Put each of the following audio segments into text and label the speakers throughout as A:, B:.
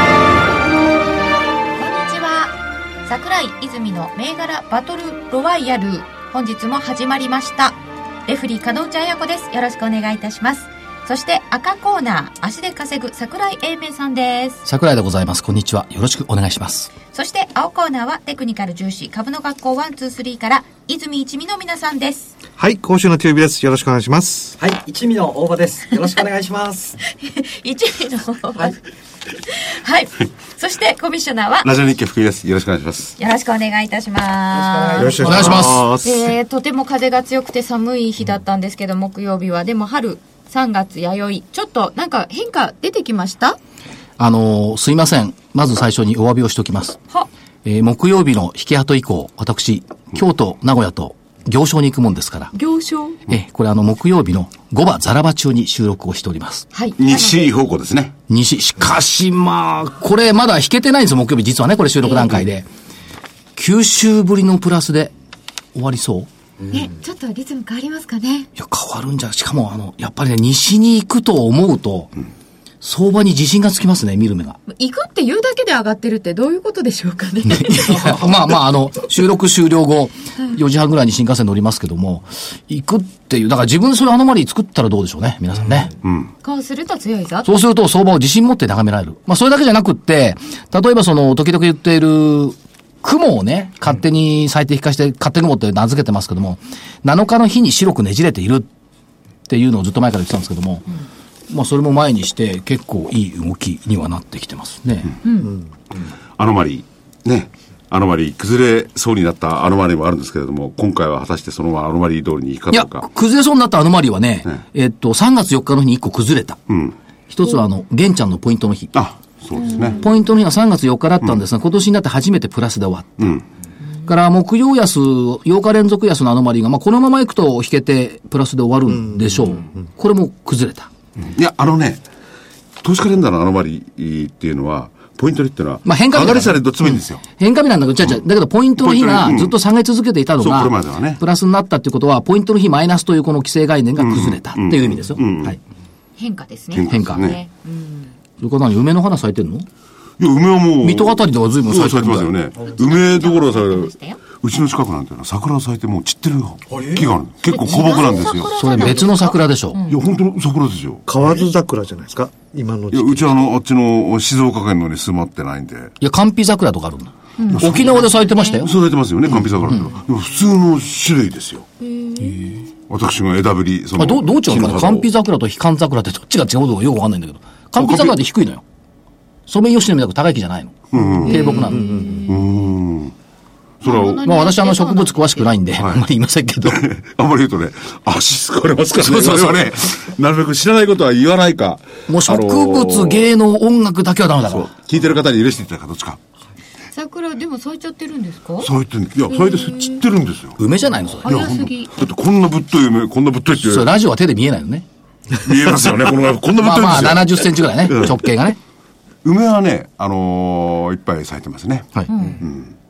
A: こんにちは桜井泉の銘柄バトルロワイヤル本日も始まりましたレフリー門内彩子ですよろしくお願いいたしますそして赤コーナー足で稼ぐ桜井英明さんです
B: 桜井でございますこんにちはよろしくお願いします
A: そして青コーナーはテクニカル重視株の学校123から泉一味の皆さんです
C: はい、今週のテレビです。よろしくお願いします。
D: はい、一味の大場です。よろしくお願いします。
A: 一味の方ははいそしてコミッショナーは
E: ラジオ日経福井です。よろしくお願いします。
A: よろしくお願いいたします
C: よろしく
B: お願いします
A: えーとても風が強くて寒い日だったんですけど、木曜日は。でも春、3月弥生。ちょっとなんか変化出てきました
B: あのーすいませんまず最初にお詫びをしておきます
A: は、
B: えー木曜日の引け跡以降私京都名古屋と行商に行くもんですから、
A: 行商
B: えーこれあの木曜日の5番ザラバ中に収録をしております
A: はい。
E: 西方向ですね。
B: 西、しかしまあ、これまだ引けてないんですよ、木曜日実はね、これ収録段階で。9週ぶりのプラスで終わりそうい
A: ね、ちょっとリズム変わりますかね。
B: や、変わるんじゃ、しかもあの、やっぱりね、西に行くと思うと、相場に自信がつきますね、見る目が。
A: 行くって言うだけで上がってるってどういうことでしょうかね。
B: まあまあ、あの、収録終了後、4時半ぐらいに新幹線乗りますけども、行くっていう、だから自分でそれアノマリー作ったらどうでしょうね、皆さんね。
A: こうすると強いぞ。
B: そうすると相場を自信持って眺められる。まあそれだけじゃなくって、例えばその時々言っている雲をね、勝手に最適化して、勝手雲って名付けてますけども、7日の日に白くねじれているっていうのをずっと前から言ってたんですけども、まあそれも前にして結構いい動きにはなってきてますね。
E: アノマリー。ね。アノマリー。崩れそうになったアノマリーもあるんですけれども、今回は果たしてそのままアノマリー通りに行
B: い
E: くかど
B: や、
E: うか。
B: 崩れそうになったアノマリーはね、えっと、3月4日の日に1個崩れた。
E: うん。
B: 一つはあの、玄ちゃんのポイントの日。
E: あ、そうですね。
B: ポイントの日が3月4日だったんですが、今年になって初めてプラスで終わった。から、木曜安、8日連続安のアノマリーが、まあ、このままいくと引けて、プラスで終わるんでしょう。これも崩れた。
E: いや、あのね、投資カレンダーのアノマリーっていうのは、ポイントリっていうのは、
B: まあ変化
E: 上
B: 日だ
E: が
B: から
E: りされると強いんですよ。
B: 変化日なんだけど、ちゃちゃ、だけどポイントの日が
E: ポイントの日うん
B: ずっと下げ続けていたの
E: そう
B: が
E: これまではね、
B: プラスになったっていうことは、ポイントの日マイナスというこの規制概念が崩れたっていう意味ですよ。はい。
A: 変化ですね。
E: 変化
B: 変化。
E: です
A: ね
E: ね。
B: それから何梅の花咲いてんの
E: いや、梅はもう。
B: 水戸あたりでは随分咲
E: 咲
B: い
E: い
B: て
E: て
B: るん
E: ま
B: だ
E: す
B: よ
E: よね。梅どころは咲い
A: したよ
E: うちの近くなんていうのは桜咲いてもう散ってる木がある。結構古木なんですよ。
B: それ別の桜でしょ。
E: いや、本当の桜ですよ。
C: 河津桜じゃないですか今の
E: い
C: 時
E: や、
C: 期。
E: うちはあの、あっちの静岡県のに住まってないんで。
B: いや、寒皮桜とかあるんだ。沖縄で咲いてましたよ。
E: 育てますよね、カンピザからってのは。でも普通の種類ですよ。私が枝ぶり、そ
B: まあ、
E: の。
B: どうどう違うのかな
E: 木の
B: カ
E: 花を
B: ンピ桜とヒカン桜ってどっちが違うのかよくわかんないんだけど。カンピ桜って低いのよ。ソメイヨシノみたく高い木じゃないの。低木なの。
E: それは、
B: まあ私あの植物詳しくないんで、あんまり言いませんけど。
E: あんまり言うとね、足疲れますからね。
B: そうそうそう
E: 我々ね、なるべく知らないことは言わないか。
B: もう植
E: あの
B: 物、
E: ー
B: 芸能、音楽だけはダメだか
E: そう
B: ら。。
E: 聞いてる方に許していただくか、どっちか。
A: 桜、でも咲いちゃってるんですか
E: そう言ってんいや、それで散ってるんですよ。
B: 梅じゃないのそれ。
E: いや、
A: 早
E: ほん
A: す
E: とだ
A: ぎ
E: ってこんなぶっとい梅、こんなぶっといって
B: それラジオは手で見えないのね。
E: 見えますよね。このこんなぶっ
B: まあ
E: といんで
B: ます
E: よ。
B: あ70センチぐらいね。
E: うん
B: 直径がね。
E: 梅はね、あのー、いっぱい咲いてますね。
B: はい。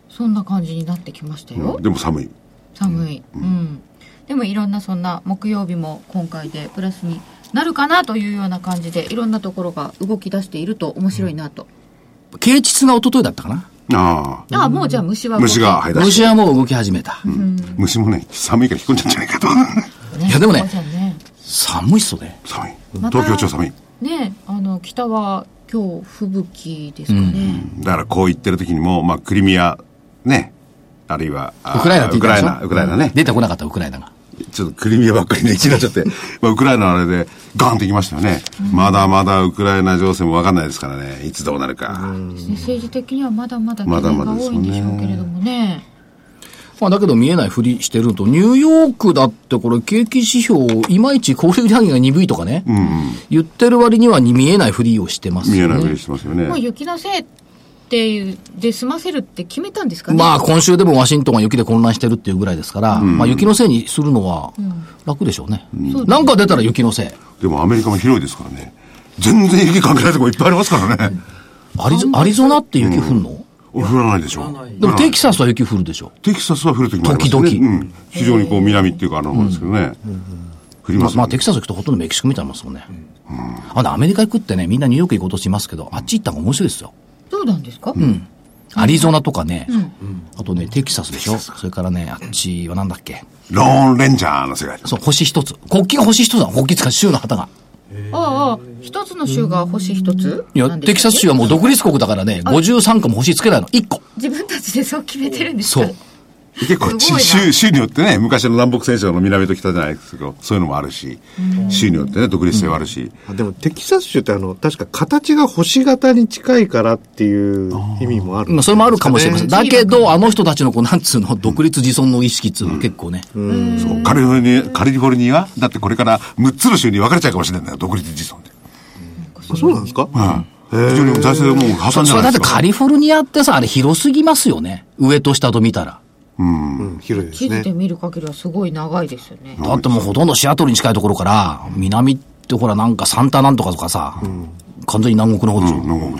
A: そんな感じになってきましたよ。
E: でも寒い。
A: 寒い、うんでもいろんなそんな木曜日も今回でプラスになるかなというような感じでいろんなところが動き出していると面白いなと、
B: 啓蟄が一昨日だったかな。
E: あ
A: ああもうじゃあ虫は動き
E: 虫が生え出して
B: 虫はもう動き始めた。
E: 虫もね、寒いから引っ込んじゃうんじゃないかと。
A: ね
B: いやでもね
A: そうじゃね
B: 寒いっすよね。
E: 寒い。
A: また
E: 東京超寒い。
A: ねあの北は今日吹雪ですかね、
E: だからこう言ってる時にも、まあ、クリミア、ね、あるいは、あ
B: ウクライナって言
E: ウク
B: った
E: ライ
B: でし
E: ナ、
B: ょ
E: ウクライナね。
B: 出てこなかったウクライナが。
E: ちょっとクリミアばっかりで一になっちゃって、まあ、ウクライナのあれで、ガーンってきましたよね。まだまだウクライナ情勢もわかんないですからね。いつどうなるか。
A: ね政治的にはまだまだ懸
E: まだ
A: 念
E: ま
A: が
E: だで
A: 多
E: す
A: い
E: よね
A: んでしょうけれどもね
B: まあ、だけど見えないふりしてるのと、ニューヨークだってこれ景気指標、いまいち小売売上げが鈍いとかね、言ってる割にはに見えないふりをしてます
E: 見え
B: よね。
E: ないふりしてますよね
A: もう。雪のせいっていうで済ませるって決めたんですかね。
B: まあ今週でもワシントンは雪で混乱してるっていうぐらいですから、まあ雪のせいにするのは楽でしょうね。なんか出たら雪のせい。
E: でもアメリカも広いですからね。全然雪関係ないとこいっぱいありますからね。
B: アリゾアリゾナって雪降るの、
E: 俺降らないでしょ。
B: でもテキサスは雪降るでしょ。
E: テキサスは降るときもありますよね。
B: 時々
E: うん。非常にこう南っていうかあの方ですけどね。降り
B: ま
E: ま
B: あ、
E: す
B: ま
E: よ
B: あテ
E: ね。
B: キサス行くとほとんどメキシコみたいなもんですもんね。あのアメリカ行くってね、みんなニューヨーク行こうとしますけど、あっち行った方が面白いですよ。
A: そうなんですか。
B: アリゾナとかね、あとね、テキサスでしょ。それからね、あっちはなんだっけ。
E: ローンレンジャーの世界です。
B: そう、星一つ。国旗が星一つなの。国旗つか州の旗が。
A: ああ一つの州が星一つ。
B: いや、
A: なんで
B: テキ
A: したっ
B: サ
A: け
B: ス州はもう独立国だからね、53個も星つけないの。1個。
A: 自分たちでそう決めてるんです
B: そ
A: か。
B: う。
E: 結構
A: すごいな
E: ち州、州によってね、昔の南北戦争の南と北じゃないですけど、そういうのもあるし、州によってね、独立性はあるし、
C: あでもテキサス州ってあの、確か形が星型に近いからっていう意味もあるんですかね、
B: まあ、それもあるかもしれません。だけど、あの人たちの、こう、なんつうの、独立自尊の意識っていうのは結構ね。
E: そうカリフォルニア、カリフォルニアだってこれから6つの州に分かれちゃうかもしれないんだよ、独立自尊で。
C: あそうなんですか、
E: うん。非常に財政もう破
B: そ
E: 産じ
B: そ
E: ゃ
B: れ
E: な
B: だっ
E: いで
B: て
E: すか。
B: カリフォルニアってさ、あれ広すぎますよね。上と下と見たら。
C: うん、広いです
A: 地図
C: ね
A: で。見る限りはすごい長いですよね。
B: だってもうほとんどシアトルに近いところから、南ってほらなんかサンタなんとかとかさ、完全に南国の方でしょ。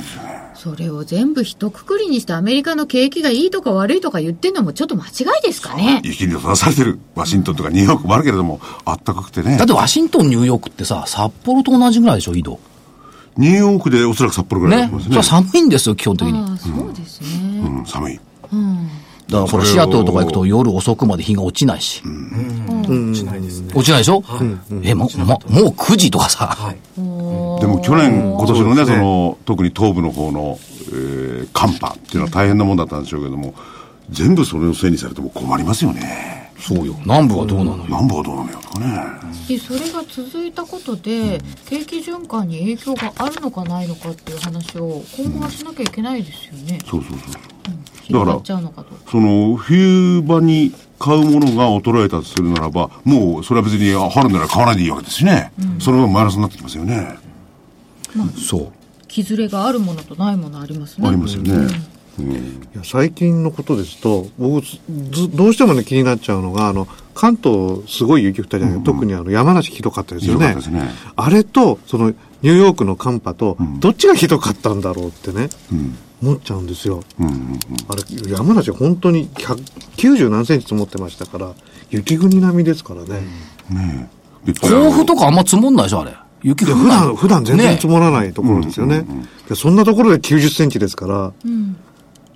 A: それを全部一括りにしてアメリカの景気がいいとか悪いとか言ってんのもちょっと間違いですかね。
E: 雪に閉ざされてる。ワシントンとかニューヨークもあるけれども、あったかくてね
B: だっ。てワシントン、ニューヨークってさ、札幌と同じぐらいでしょ、緯度。
E: ニューヨークでおそらく札幌ぐらいだ
B: ね
E: と思い。
B: それは
E: ますね。
B: 寒いんですよ、基本的に。
A: ああそうですね。
E: うん、寒い。
B: だからほら、
E: そ
B: シ
E: れを
B: アトルとか行くと夜遅くまで日が落ちない
D: し
B: し。
D: ないですね。
B: 落ちないでしょえ、もう、まもう9時とかさ。
D: はい。
E: でも去年、今年の
C: そ
E: ね、
C: うです
E: そ
C: ね
E: の、特に東部の方の、えー、寒波っていうのは大変なもんだったんでしょうけども、全部それのせいにされても困りますよね。
B: そうよ。南部はどうなのよ。
E: 南部はどうなのよとかね。
A: でそれが続いたことで、景気循環に影響があるのかないのかっていう話を今後はしなきゃいけないですよね。
E: そうそうそうそう。
A: 広がっちゃうのかと。
E: その、冬場に買うものが衰えたとするならば、もう、それは別に、あ春なら買わないでいいわけですしね。それはマイナスになってきますよね。
B: そう。
A: 木ずれがあるものとないものありますね。
E: ありますよね。
C: いや最近のことですと、僕ず、ずどうしてもね、気になっちゃうのが、あの、関東、すごい雪降ったじゃない、特にあの、山梨ひどかったですよね。
E: ひどかったですね
C: あれと、その、ニューヨークの寒波と、どっちがひどかったんだろうってね、思っちゃうんですよ。
E: うん。うん
C: あれ、山梨本当に190何センチ積もってましたから、雪国並みですからね。
E: うん。ねえ。で
B: 甲府とかあんま積もんないでしょ、あれ。雪
C: で
B: 降ん
C: 普
B: ない
C: 段、普段全然積
B: ね
C: もらないところですよね。でそんなところで90センチですから、
A: うん。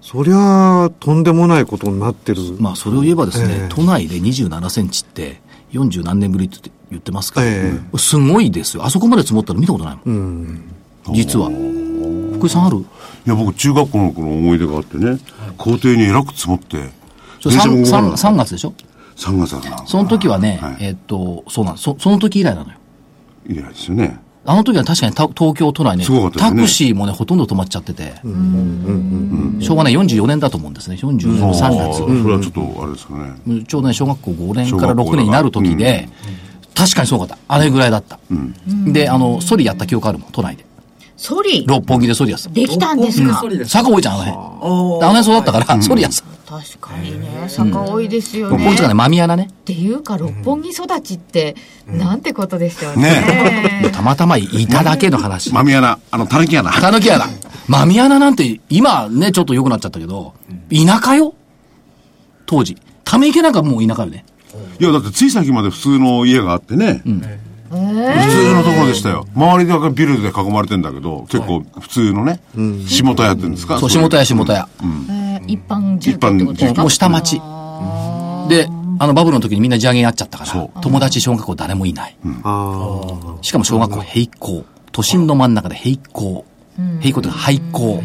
C: そりゃあ、とんでもないことになってる。
B: まあ、それを言えばですね、
C: ええ
B: 都内で27センチって、40何年ぶりって言ってますから、
C: え
B: すごいですよ。あそこまで積もったの見たことないもん。実は。福井さんある
E: いや、僕、中学校の頃の思い出があってね、校庭にえらく積もって、
B: それ 3,
E: らなかった
B: 月でしょ
E: 3月だから。
B: その時はね、
E: はい
B: えっと、そうなんそ、その時以来なのよ。
E: 以来ですよね。
B: あの時は確かにた東京都内ね
E: すごかったです
B: タ
E: ね
B: クシーもね、ほとんど止まっちゃってて、昭和ね、44年だと思うんですね。
E: あ
B: 44、
E: あ
B: 3月
E: そ。れはちょっと、あれですかね。
B: ちょうどね、小学校5年から
E: 小学校
B: 6年になる時で、確かにすごかった。あれぐらいだった。で、あの、ソリやった記憶あるもん、都内で。
A: ソリ
B: 六本木でソリやって
A: できたんですか。
B: た。坂多いじゃん、あの辺。あの辺そうだったから、ソリやってた。
A: 確かにね、坂多いですよ
B: 六
A: ね。
B: 本木とかね、
A: っ
B: マミヤなね。
A: ていうか六本木育ちって、なんてことでしょうね。
E: ね
B: たまたまいただけの話。
E: マミヤナ、あの、たぬきやな。
B: たぬき穴。マミヤナなんて、今ね、ちょっと良くなっちゃったけど、田舎よ当時。ため池なんかもう田舎よね。
E: いや、だって、つい先まで普通の家があってね、
A: えー
E: 普通のところでしたよ。周りでビルで囲まれてんだけど、結構、普通のね、下田やってるんですか
B: そう、下田屋下田屋。
A: えー一般住居ってことです
E: 一般住居
A: か
B: もう下町。で、あのバブルの時にみんな地上げやっちゃったか
E: そ
B: ら
E: う、
B: 友達小学校誰もいない。
C: ああ。
B: しかも小学校閉校。都心の真ん中で閉校。閉校というか廃校。もう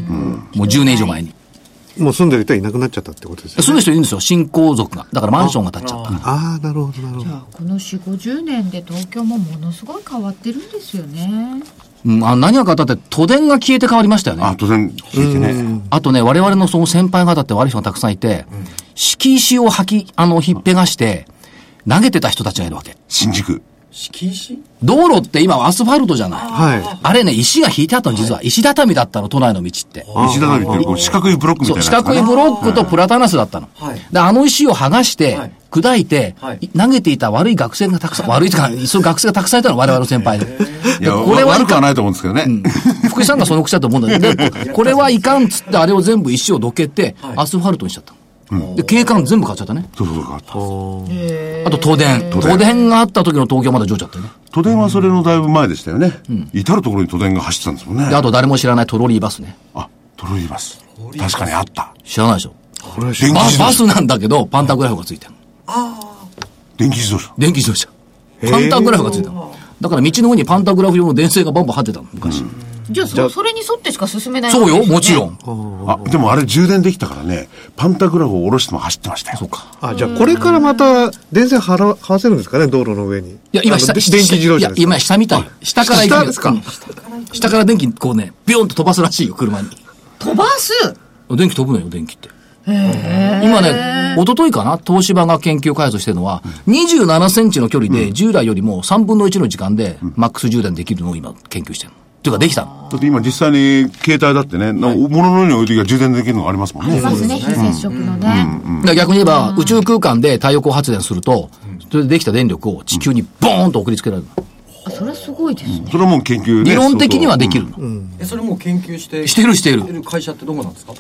B: 10年以上前に。
C: もう住んでる人はいなくなっちゃったってことですよ、ね。
B: 住む人いるんですよ、新興族が。だからマンションが建っちゃった。
C: ああ、なるほど、なるほ
A: じゃ
C: ど。
A: あこの4 5 0年で東京もものすごい変わってるんですよね
B: うん、あの何が変わったって都電が消えて変わりましたよ
E: あ、
B: ね。
E: 当然、聞いてね。
B: あとね、我々のその先輩方って悪い人がたくさんいて、敷石を吐き、あの、ひっぺがして、投げてた人たちがいるわけ。
E: 新宿。
D: 敷石
B: 道路って今アスファルトじゃない。
C: はい。
B: あれね、石が引いてあったの、実は。石畳だったの、都内の道って。
E: 石畳っていうこう四角いブロックみたい
B: そ
E: な
B: う、
E: やつ
B: 四角い
E: かな。
B: ブロックとプラタナスだったの。
D: はい
B: で、あの石を剥がして
D: はい、
B: 砕いて、
D: はい
B: 投げていた悪い学生がたくさん、悪いとか、その学生がたくさんいたの、我々の先輩で。
E: い
B: で
E: や、
B: こ
E: こ
B: れ
E: れ
B: はい
E: 悪く
B: か
E: は
B: ん。
E: ないと思うんですけどね。
B: 福井さんがその口だと思うんだけど、でこれ はいかんっつって、あれを全部石をどけて、アスファルトにしちゃったの。で、景観全部買っちゃったね。
E: そうそうそう、変わった。
B: あと東電。
E: 都電
B: 東電があった時の東京まだ上ちゃったよね。
E: 都電はそれのだいぶ前でしたよね。至る所に都電が走ってたんですもんね。
B: で、あと誰も知らないトロリーバスね。
E: あ、トロリーバス。確かにあった。
B: 知らないでしょ。
C: これは
E: 電気
B: バ
E: 自動
B: バ
E: 車。
B: スなんだけど、パンタグラフがついてるの。
E: 電気自動車。
B: 電気自動車。パンタグラフがついてるの。だから道の上にパンタグラフ用の電線がバンバン張ってたの、昔。
A: じゃあそ、それに沿ってしか進めない
B: そう
A: わ
B: よ、
A: けですね
B: もちろん。
E: あ、でもあれ充電できたからね、パンタグラフを下ろしても走ってましたよ。そうか。
C: あ、じゃあこれからまた電線張ら、張らせるんですかね、道路の上に。
B: いや、今
C: あの
B: 下、
C: で
B: 下
C: 電気自動車ですか
B: いや、今下みたい。下から行く
C: 下ですか
B: うん下から電気、こうね、ビヨンと飛ばすらしいよ、車に。
A: 飛ばす
B: 電気飛ぶのよ、電気って。今ね、一昨日かな、東芝が研究開発してるのは、27センチの距離で従来よりも3分の1の時間でマックス充電できるのを今研究してるの。っていうかできたの。
E: だって今実際に携帯だってね、な物の上に置いてきゃ充電できるのがありますもん
A: あ
E: ね
A: り。ますね、非接触のね。
B: だから逆に言えば、宇宙空間で太陽光発電すると、それでできた電力を地球にボーンと送りつけられるの。
A: あそれはすごいですね。
E: それはもう研究ね。
B: 理論的にはできる
E: 相
B: の。
D: えそれもう研究して
B: してるしてる
D: 会社ってどこなんですか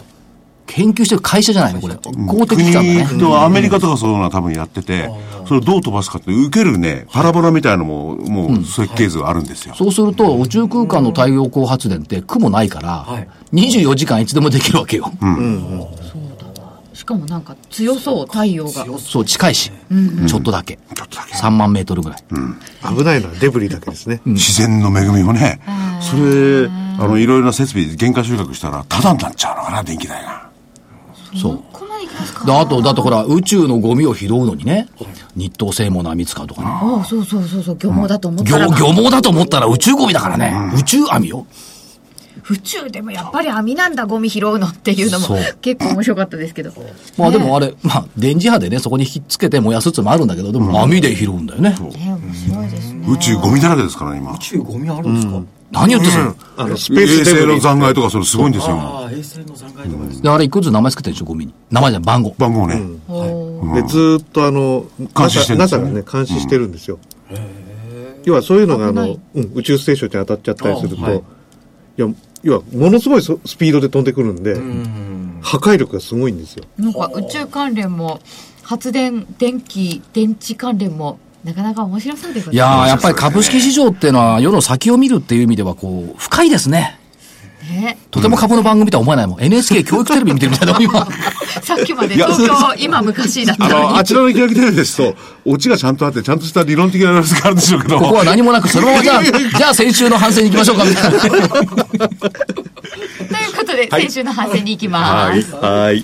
B: 研究してる会社じゃないの、これ。公
E: 当。
B: 的機関だね。
E: 国とアメリカとかそういうのは多分やってて、それをどう飛ばすかって、受けるね、パラボラみたいなのも、もう設計図があるんですよ。
B: そうすると、宇宙空間の太陽光発電って雲ないから
D: はい、
B: 24時間いつでもできるわけよ。
A: しかもなんか強そう、太陽が。
B: そう、近いし、ちょっとだけ。
E: ちょっとだけ
B: 3万メートルぐらい。
C: 危ないのはデブリだけですね。
E: 自然の恵みもね、それ、あの、いろいろな設備、原価収穫したら、タダになっちゃうのかな、電気代が。
B: そう。
A: ここまでいきますか
B: だあと、だってほら、宇宙のゴミを拾うのにね、日東製も波使うとかね。
A: ああ、そうそうそうそう、漁網だと思ったら
B: 漁、
A: ば、
B: 漁網だと思ったら宇宙ゴミだからね。宇宙網よ。
A: 府中でもやっぱり網なんだ、ゴミ拾うのっていうのも
B: そう
A: 結構面白かったですけど。
B: まあでもあれ、まあ、電磁波でね、そこに引きつけて燃やすっつうのもあるんだけど、でも網で拾うんだよね。
A: ね、面白いですね。
E: 宇宙ゴミだらけですからね、今
D: 宇。宙ゴミあるんですか、
B: 何言ってそれ。
C: あの、スペ
E: 衛
C: ースデ
E: 星
C: ブ
E: の
C: リ。
E: 残骸とか、それすごいんですよ。今
D: ああ衛星の残骸とかですね、
B: で、あれいくつ名前つけてるでしょ、ゴミに。名前じゃない番号。
E: 番号ね。
C: で、ずーっとあの、
E: 監視してるんで
C: NASA
E: すよ
C: が
E: ね
C: ね、監視してるんですよ。要はそういうのが、あ
A: 危な
C: の
A: い、
C: うん宇宙ステーションに当たっちゃったりすると、
D: あはい
C: い、や、要は、ものすごいそスピードで飛んでくるんで、破壊力がすごいんですよ。
A: なんか宇宙関連も、発電、電気、電池関連も、なかなか面白そうでございます。
B: いやー、やっぱり株式市場っていうのは、世の先を見るっていう意味では、こう、深いですね。
A: ね、
B: とても株の番組とは思えないもん。NHK 教育テレビ見てるみたいだもん、今。
A: さっきまで東京、今昔だった
E: あ
A: の
E: の、
A: に
E: あ。ちらの開きテレビですと、オチがちゃんとあって、ちゃんとした理論的な話があるんでしょうけど。
B: ここは何もなく、そのままじゃあ、じゃあ先週の反省に行きましょうか、みたいな。
A: ということで、先週の反省に行きます。
E: はい。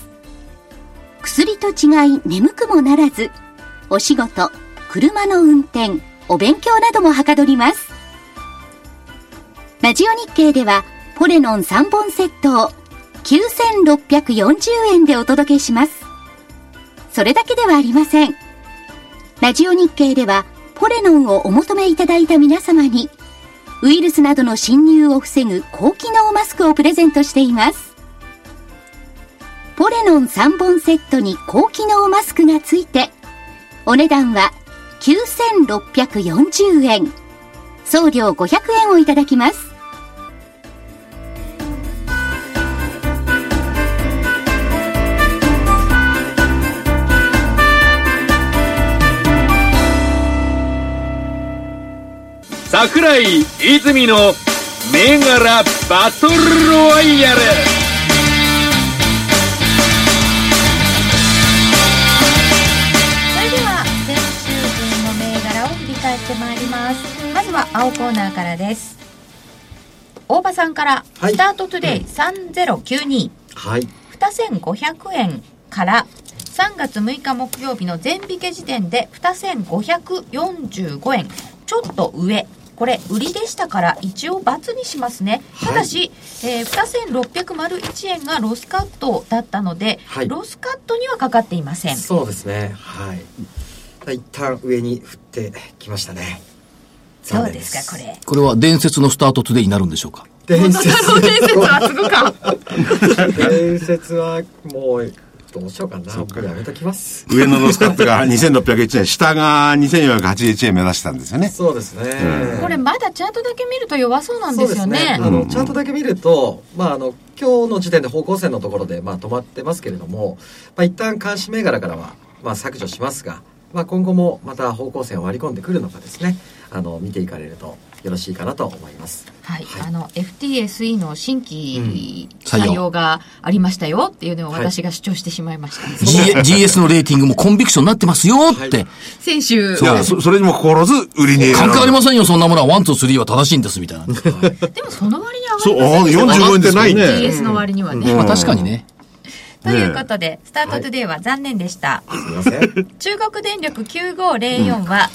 F: 薬と違い眠くもならず、お仕事、車の運転、お勉強などもはかどります。ラジオ日経では、ポレノン3本セットを9640円でお届けします。それだけではありません。ラジオ日経では、ポレノンをお求めいただいた皆様に、ウイルスなどの侵入を防ぐ高機能マスクをプレゼントしています。ポレノン3本セットに高機能マスクがついて、お値段は9640円。送料500円をいただきます。
G: 桜井泉の銘柄バトルロワイヤル
A: それでは先週分の銘柄を振り返ってまいりますまずは青コーナーからです大場さんから、
D: はい
A: スタートトゥデイ3092、
D: はい。
A: 2500円から3月6日木曜日の全引け時点で2545円ちょっと上これ売りでしたから一応×にしますね、ただし、えー、2601円がロスカットだったので、
D: はい
A: ロスカットにはかかっていません
D: そうですね。はい。一旦上に振ってきました ね。
A: ど
D: 残
A: う
D: 念
A: ですかこ。れ
B: これは伝説のスタートトゥデイになるんでしょうか
D: 伝説
A: 太郎伝説はすごか
D: 伝説はもうどうしようかな。もうやめときます。
E: 上のロスカットが2601円、下が2481円目指したんですよね。
D: そうですね。
A: これまだチャートだけ見ると弱そうなんですよね
D: そうあのチャートだけ見ると、まあ、あの今日の時点で方向線のところで、まあ、止まってますけれども、まあ、一旦監視銘柄からは、まあ、削除しますが、まあ、今後もまた方向線を割り込んでくるのかですねあの見ていかれるとよろしいかなと思います。
A: はい、
D: はい
A: あの FTSE の新規
B: 採用
A: 採用がありましたよっていうのを
D: はい
A: 私が主張してしまいました、
B: G- ?GS のレーティングもコンビクションになってますよって。
A: 先週
E: いや、そそれにも心ず売りに。
B: 関係ありませんよ、そんなものは。ワン、ツー、スリーは正しいんです、みたいな。
A: でもその割に
E: そう、
A: 上がり
E: あ
A: ませんよね
E: 45円ですもん
A: まあ
E: ね。
A: GS の割にはね、
B: まあ確かにね。
A: ということで、スタートトゥデイは残念でした、
D: すみません。
A: 中国電力9504は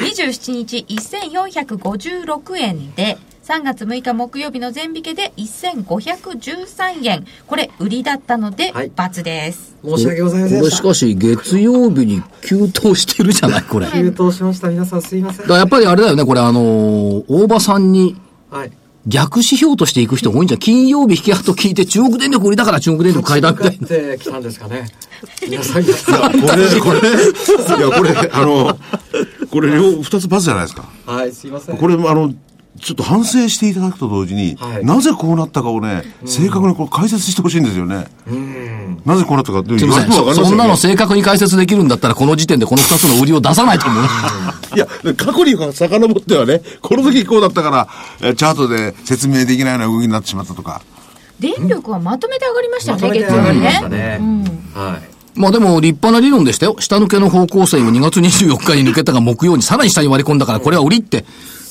A: 27日1456円で3月6日木曜日の全引けで1513円これ売りだったので
D: はい
A: ×です、
D: 申し訳ございませんでした。
B: かし、月曜日に急騰してるじゃない、これ。だか
D: 急騰しました。皆さんすいません。
B: らやっぱりあれだよね、これあのー、大場さんに
D: はい。
B: 逆指標としていく人が多いんじゃん。金曜日引き跡聞いて中国電力売りだから中国電力買いだみたい
D: 向
B: な。
D: かってきたんですか ね。皆さんが。
E: これ、これ、いや、これ、あの、これ、両、二つパスじゃないですか。
D: はい、すいません。
E: これ、あの、ちょっと反省していただくと同時に、
D: はい
E: なぜこうなったかをね、正確にこれ解説してほしいんですよね。なぜこうなったかって、
B: す
E: 言
B: み
E: わ
B: ま
E: れ
B: せ
E: て
B: ん。
E: もわ
B: そ
E: か
B: そん
E: りません
B: な
E: よ
B: の
E: ね
B: 正確に解説できるんだったら、この時点でこの二つの売りを出さない と思うね。
E: いや、過去に遡ってはね、この時こうだったから、えチャートで説明できないような動きになってしまったとか。
A: 電力はまとめて上がりましたよ
D: まと
A: ね、
D: めて
A: 月
D: 上
A: 曜
D: がり
A: 日
D: ま
A: ね
D: したね。は
B: まあでも立派な理論でしたよ。下抜けの方向線を2月24日に抜けたが木曜にさらに下に割り込んだから、これは売りって。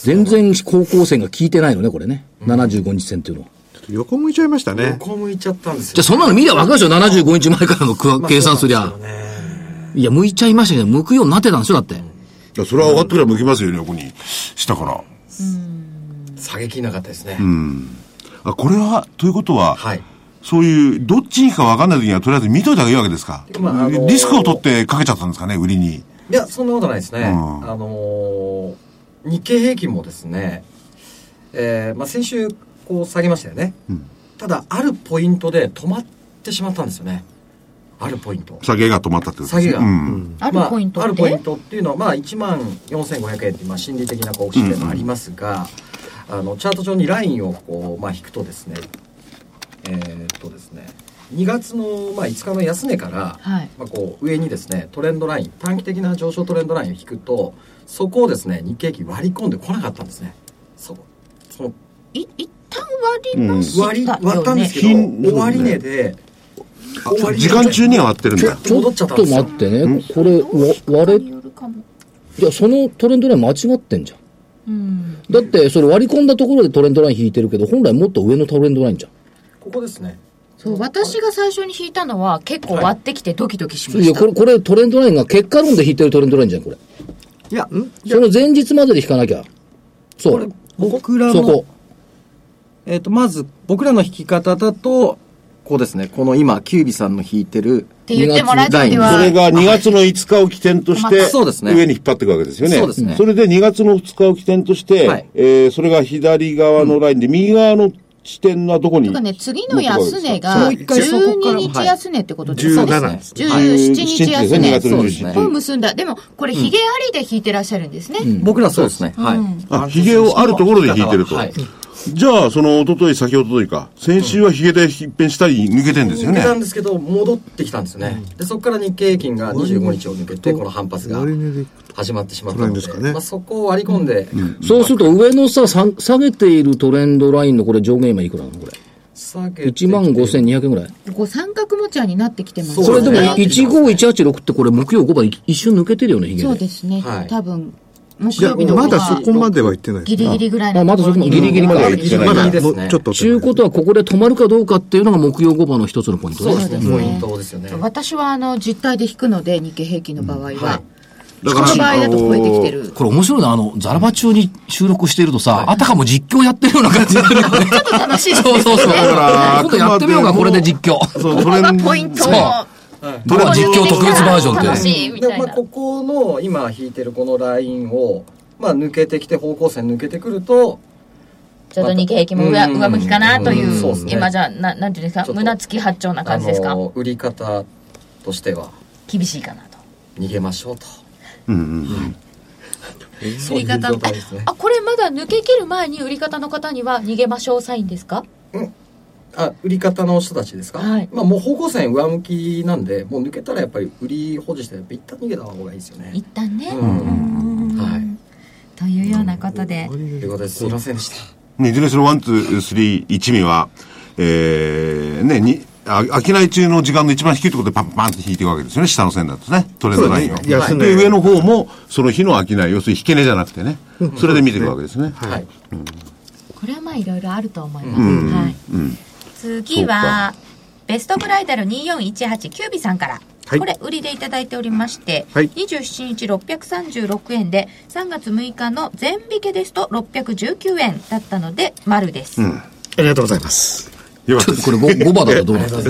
B: 全然方向線が効いてないのね、これね。75日線っていうのは。
C: ちょっと横向いちゃいました
D: い。
C: ね。
D: 横向いちゃったんですよ。
B: じゃあそんなの見りゃわかるでしょ ?75 日前からのく計算すりゃ。いや、向いちゃいましたけど、向くようになってたんでしょだって。
E: いや、それは上がってくら向きますよね、横に。下から。
D: 下げきれなかったですね。
E: あこれは、ということは、
D: はい。
E: そういう、どっちに行くか分かんない時には、とりあえず見といた方がいいわけですか。
D: まああのー
E: リスクを取ってかけちゃったんですかね、売りに。
D: いや、そんなことないですね。
E: ん
D: あのー日経平均もですね、えーまあ、先週こう下げましたよね、ただ、あるポイントで止まってしまったんですよね。あるポイント。
E: 下げが止まったってことですね。
D: 下げが
E: うん。
A: あるポイント
D: まあ、あ
A: っ
D: るポイ
A: て
D: ントっていうのは、まあ、1万4500円って、まあ、心理的なこう起点もありますが、あのチャート上にラインをこう、まあ、引くとですねえーっとですね2月の、まあ、5日の安値から、
A: はい
D: まあ、こう上にですねトレンドライン短期的な上昇トレンドラインを引くとそこをですね日経平均割り込んでこなかったんですね。そうその
A: い一旦割りましたよ
D: 割り
A: ね、
D: 割ったんですけ
E: ひ
D: ど
E: ん
D: 終値で
E: あ時間中には割ってるんだ。
D: 戻っちゃったんですよ。
B: てね。これ、割
A: によるかも
B: いや、そのトレンドライン間違ってんじゃん。
A: うん
B: だって、それ割り込んだところでトレンドライン引いてるけど、本来もっと上のトレンドラインじゃん。
D: ここですね
A: そう私が最初に引いたのは結構割ってきてドキドキしま
B: い
A: し
B: や、
A: た、
B: これ、これトレンドラインが結果論で引いてるトレンドラインじゃん、これ。
C: いや、ん
B: その前日までで引かなきゃ。そ
H: これ
B: う。
H: 僕ら
B: そ
H: の
B: こ。
H: えっ、とまず僕らの弾き方だとこうですねこの今キュービさんの弾いてる
A: って言ってもラジオで
H: は
E: それ
A: は
E: が2月の5日を起点とし
H: ま
E: て、
H: あそうですね
E: 上に引っ張っていくわけですよね。
H: そうですね
E: それで2月の2日を起点として、
H: はい
E: えーそれが左側のラインで、右側の地点はどこに
A: とかね次の安値
H: も
A: が
H: う一回そこから
A: 12日安値ってことですね、
C: はい17
A: ですね17日安
E: 2
A: 値
E: 月の
H: そうです
E: 17
H: ね
E: 日。
A: を結んだでもこれヒゲありで引いてらっしゃるんですね、
H: 僕らそうですね、はい、
E: あ、ヒゲをあるところで引いてると。
H: はい
E: じゃあ、その、一昨日先おとといか、先週はヒゲで一変したり抜けてんですよね。
D: なんですけど、戻ってきたんですよね。で、そこから日経平均が25日を抜けて、この反発が
C: 終値でいく
D: 始まってしまったの
C: これ
D: で、
C: ですかね
D: まあ、そこを割り込んで、
B: そうすると上のさ、さ下げているトレンドラインのこれ上限今いくらなのこれ。
D: 下げてきて
B: 1万5200ぐらい。
A: こう三角持ち合いになってきてます
D: そ
B: こ
D: う
B: れ
D: す
B: で
D: ね
B: も15186ってこれ木曜5番一瞬抜けてるよね、ヒゲ
A: そう
B: で。
A: ですね、
D: はい
A: 多分木
C: いや
A: 曜日の
C: まだそこまでは行ってない
A: ギリギリぐらい
B: あまだそこまでギリギリまでは行ってない
C: まだ
D: ギリギリですね
C: もうちょっと
B: ちゅうことはここで止まるかどうかっていうのが木曜5番の一つのポイント
D: そう
B: ね。
D: ですね、ポイントですよね。
A: 私はあの実態で引くので日経平均の場合は、
D: はい
E: だ
A: この場合だと超えてきてる
B: これ面白いな、あの、ザラバ中に収録しているとさ、あたかも実況やってるような感じになるよ ね。ちょっと楽しい、そうそうそう。
E: から
B: 今度やってみようか、
E: あく
B: これ
E: までも
B: で実況。
E: そう、ト
A: これ
E: レ
A: が
E: ンド。
A: ポイント
B: そう
A: を
B: これは実況特別バージョン
A: 楽
B: って。
A: しいみ
D: で
A: たい
D: もまあ
A: な
D: ここの今引いてるこのラインを、まあ、抜けてきて方向線抜けてくると
A: ちょっと日経平均も上
D: うん
A: 上向きかなという,、
D: うんそうですね
A: 今じゃななんていうんです
D: ち
A: か
D: ょっと
A: 胸つき八丁な感じですか、
D: あの売り方としては
A: 厳しいかなと
D: 逃げましょうと
E: うんうん
D: そういう状態ですね
A: あこれまだ抜け切る前に売り方の方には逃げましょうサインですか
D: あ売り方の人たちですか、
A: はい
D: まあ、もう方向線上向きなんでもう抜けたらやっぱり売り保持してやっぱ一旦逃げた方がいいですよね
A: 一旦ね、
D: うん
A: うん
D: はい
A: というようなことで、
D: ということですいませんでした
E: ねいずれにしろ、ワン、ツー、スリー、一味は、えー、ね、に、あ商い中の時間の一番低いところでパンパンって引いていくわけですよね。下の線だとね。トレンドラインを。
C: そうですね
E: で、上の方も、その日の商い、要するに引け値じゃなくてね。それで見ていくわけですね。
D: はい
A: これはまあいろいろあると思います、
E: うん
A: はい、
E: うん。
A: 次はベストブライダル2418キュービさんから、
C: はい
A: これ売りでいただいておりまして、
C: はい
A: 27日636円で3月6日の全引けですと619円だったので丸です、
E: うん。
C: ありがとうございます
E: よかった
B: ちょ
E: で
B: っと
E: す。
B: これ 5, 5番だとどうなった
C: 上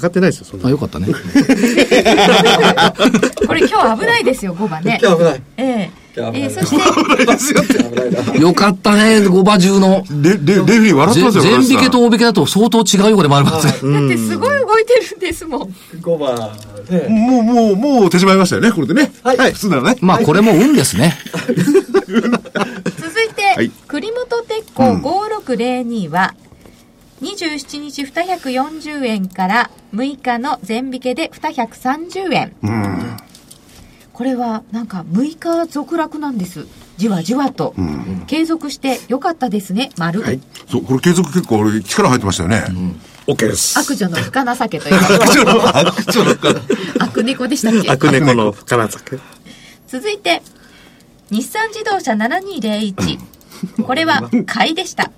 C: がってないですよそんな
B: あ、よかったね。
A: これ今日危ないですよ5番ね
D: 今日危ない
A: ええ
D: 今日危
A: え
D: ない
A: えそして
D: 危ないな
B: よかったね、5番中の。
E: レ、レ、レフェリー笑っ
B: ぜ
E: てますよ、
B: 全
E: 私
B: 引けと大引けだと相当違うようでもありますね。
A: だってすごい動いてるんですもん
D: 5番ね
E: もう、もう、もう、手しまいましたよね、これでね。
D: はい
E: 普通ならね。
B: まあこれも運ですね。
A: 続いて、
E: い
A: 栗本鉄工5602は、27日240円から6日の全引けで230円
E: うん。
A: これはなんか6日続落なんですじわじわと、継続してよかったですね丸、
E: そう、これ継続結構、俺、力入ってましたよね。
C: OK です
A: 悪女の深情けという
E: 悪女の方
A: 悪猫でしたっけ
C: 悪猫の金坂
A: 続いて日産自動車7201これ は買いでした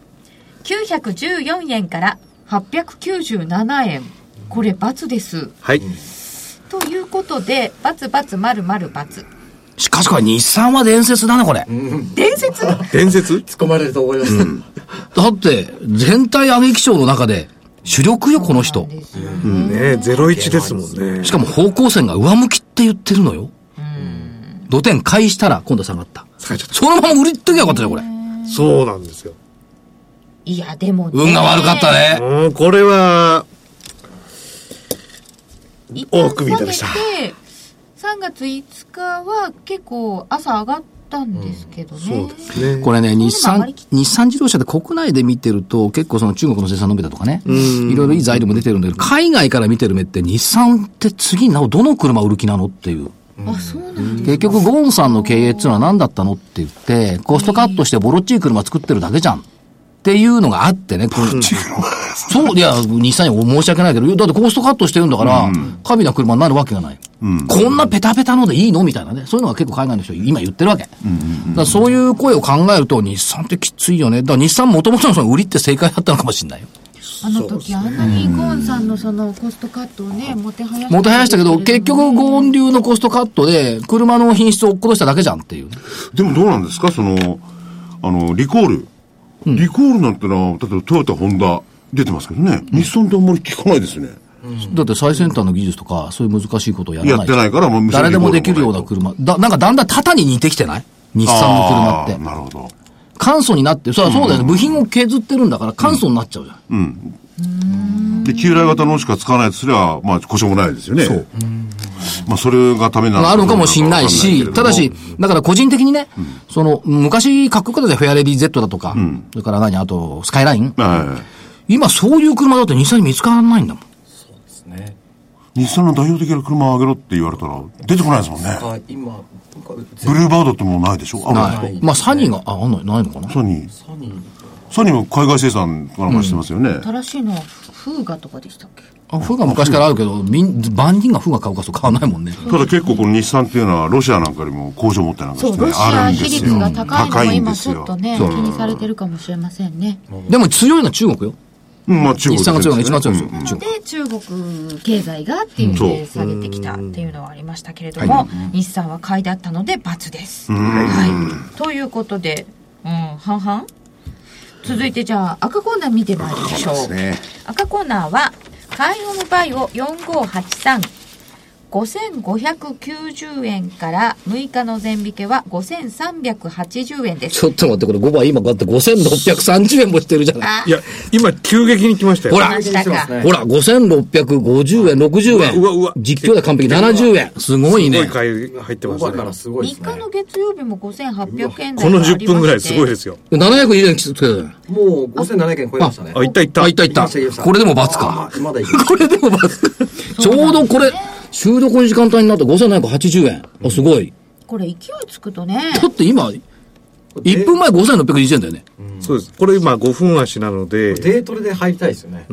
A: 914円から897円これ×です
C: はい
A: ということで×××丸丸×
B: しかしこれ日産は伝説だね、これ。
A: 伝説
C: 伝説
D: 突っ込まれると思いました、
B: だって、全体上げ基調の中で、主力よ、この人。
C: ねゼロ一ですもんね
B: しかも方向線が上向きって言ってるのよ。土点返したら、今度は下がった。
C: 使えちゃっ
B: そのまま売りっときゃよかったじゃん、これ。
C: たそうなんですよ
A: いやでもね
B: 運が悪かったね。
C: うんこれは
A: 一旦
C: 多く見たでした
A: 下げて3月5日は結構朝上がったんですけどね、
C: そうですね
B: これね、日
A: そういうのもあまり
B: 産
A: き、
B: 日産自動車で国内で見てると、結構その中国の生産伸びたとかね、いろいろいい材料も出てるんだけど、海外から見てる目って日産って次なおどの車売る気なのっていう。
A: あそうなんです
B: 結局、ゴーンさんの経営っていうのは何だったのって言って、コストカットしてボロっちい車作ってるだけじゃん。っていうのがあってね、こうそう、いや、日産に申し訳ないけど、だってコストカットしてるんだから、過敏な車になるわけがない。こんなペタペタのでいいのみたいなね。そういうのが結構海外の人今言ってるわけ。だからそういう声を考えると、日産ってきついよね。だから日産もともとのその売りって正解だったのかもしれないよ。
A: あの時あんなにゴーンさんのそのコストカットをねもてはやして
B: もてはやしたけど、結局ゴー
A: ン
B: ン流のコストカットで、車の品質を落っことしただけじゃんっていうね。
E: でもどうなんですかその、あの、リコール。リコールなんてのは、例えばトヨタ、ホンダ出てますけどね。日産ってあんまり聞かないですね。
B: だって最先端の技術とか、そういう難しいことをやらない。
E: やってないからもうむしろ
B: 誰でもできるような車。だ、なんかだんだんタタに似てきてない日産の車
E: あー
B: って。
E: なるほど。
B: 簡素になって、そりゃそうだよね。部品を削ってるんだから簡素になっちゃうじゃん。
E: うん。で、旧来型のしか使わないとすれば、まあ、故障もないですよね。
B: そう
E: まあ、それがためなの
B: あるのかもしれない
E: ど
B: し
E: う、な
B: た
E: のか
B: だ
E: わかんないけれ
B: し
E: ども、
B: だから個人的にね、その、昔、かっこよかったじゃんフェアレディ Z だとか、それから何、あと、スカイライン。
E: はい
B: 今、そういう車だって日産に見つからないんだもん。
E: 日産の代表的な車をあげろって言われたら、出てこないですもんね。
D: あ今なんか
E: ブルーバードってもうないでしょあるんですか
B: まあ、サニーが、あ、あんのないのかな
E: ソニー。
D: サニー
E: ソニーも海外生産かなんかしてますよね。
A: 新しいのはフーガとかでしたっけ
B: あフーが昔からあるけど、みん、万人がフーが買うかそう買わないもんね。
E: ただ結構この日産っていうのはロシアなんかよりも工場持ってなんかして、ね、
A: ロシ
E: あ
A: ア
E: るん
A: 比
E: です
A: 率
E: よ。
A: が高いのも
E: んで
A: 今
E: す
A: ち
E: よ
A: ょっとね気
E: そう
A: にされてるかもしれませんね
B: でも強いのは中国よ。
E: うん、まあ中国
B: 日産が強いのは一番強い
E: で
B: の
E: す
B: よ
E: ね。
B: 中国。
A: で中国経済がっていうの
E: う
A: で
E: ん
A: 下げてきたっていうのはありましたけれども、日産は買いだったので×です。
E: ん
A: はい、ということで、うん、半々続いてじゃあ赤コーナー見てまいりましょう。
E: そうですね。
A: 赤コーナーはカイオムバイオ4583 5590円から6日の全引けは5380円です。
B: ょっと待って、これ5倍今、だって5630円もしてるじゃない。
C: いや、今、急激に来ましたよ。
B: ほら
A: 来ましたか。
B: ほら、5650円、60円。
C: うわうわ
B: 実況で完璧、70円。すごい
C: すごい
B: ね。
C: 買い入ってます
D: だ
C: ね。
D: からすごいです
A: 3
D: ね
A: 日の月曜日も5800円台。
C: この10分ぐらいすごいですすよ。
B: 720円つけたじゃない。
D: もう5700円超えましたね
C: あ、いったいった。
B: あ、いったいっ
D: 行き
B: た
D: ました行きまし。た
B: これでも罰
D: あ
B: か。
D: ーまだ行きまし
B: これでも罰か。ちょうどこれ、収録の時間帯になって5780円。あ、すごい。
A: これ勢いつくとね、
B: だって今、
D: た
B: 1分前5620円だよね。
C: そうです。これ今5分足なので、
D: デートレで入りたいですよね、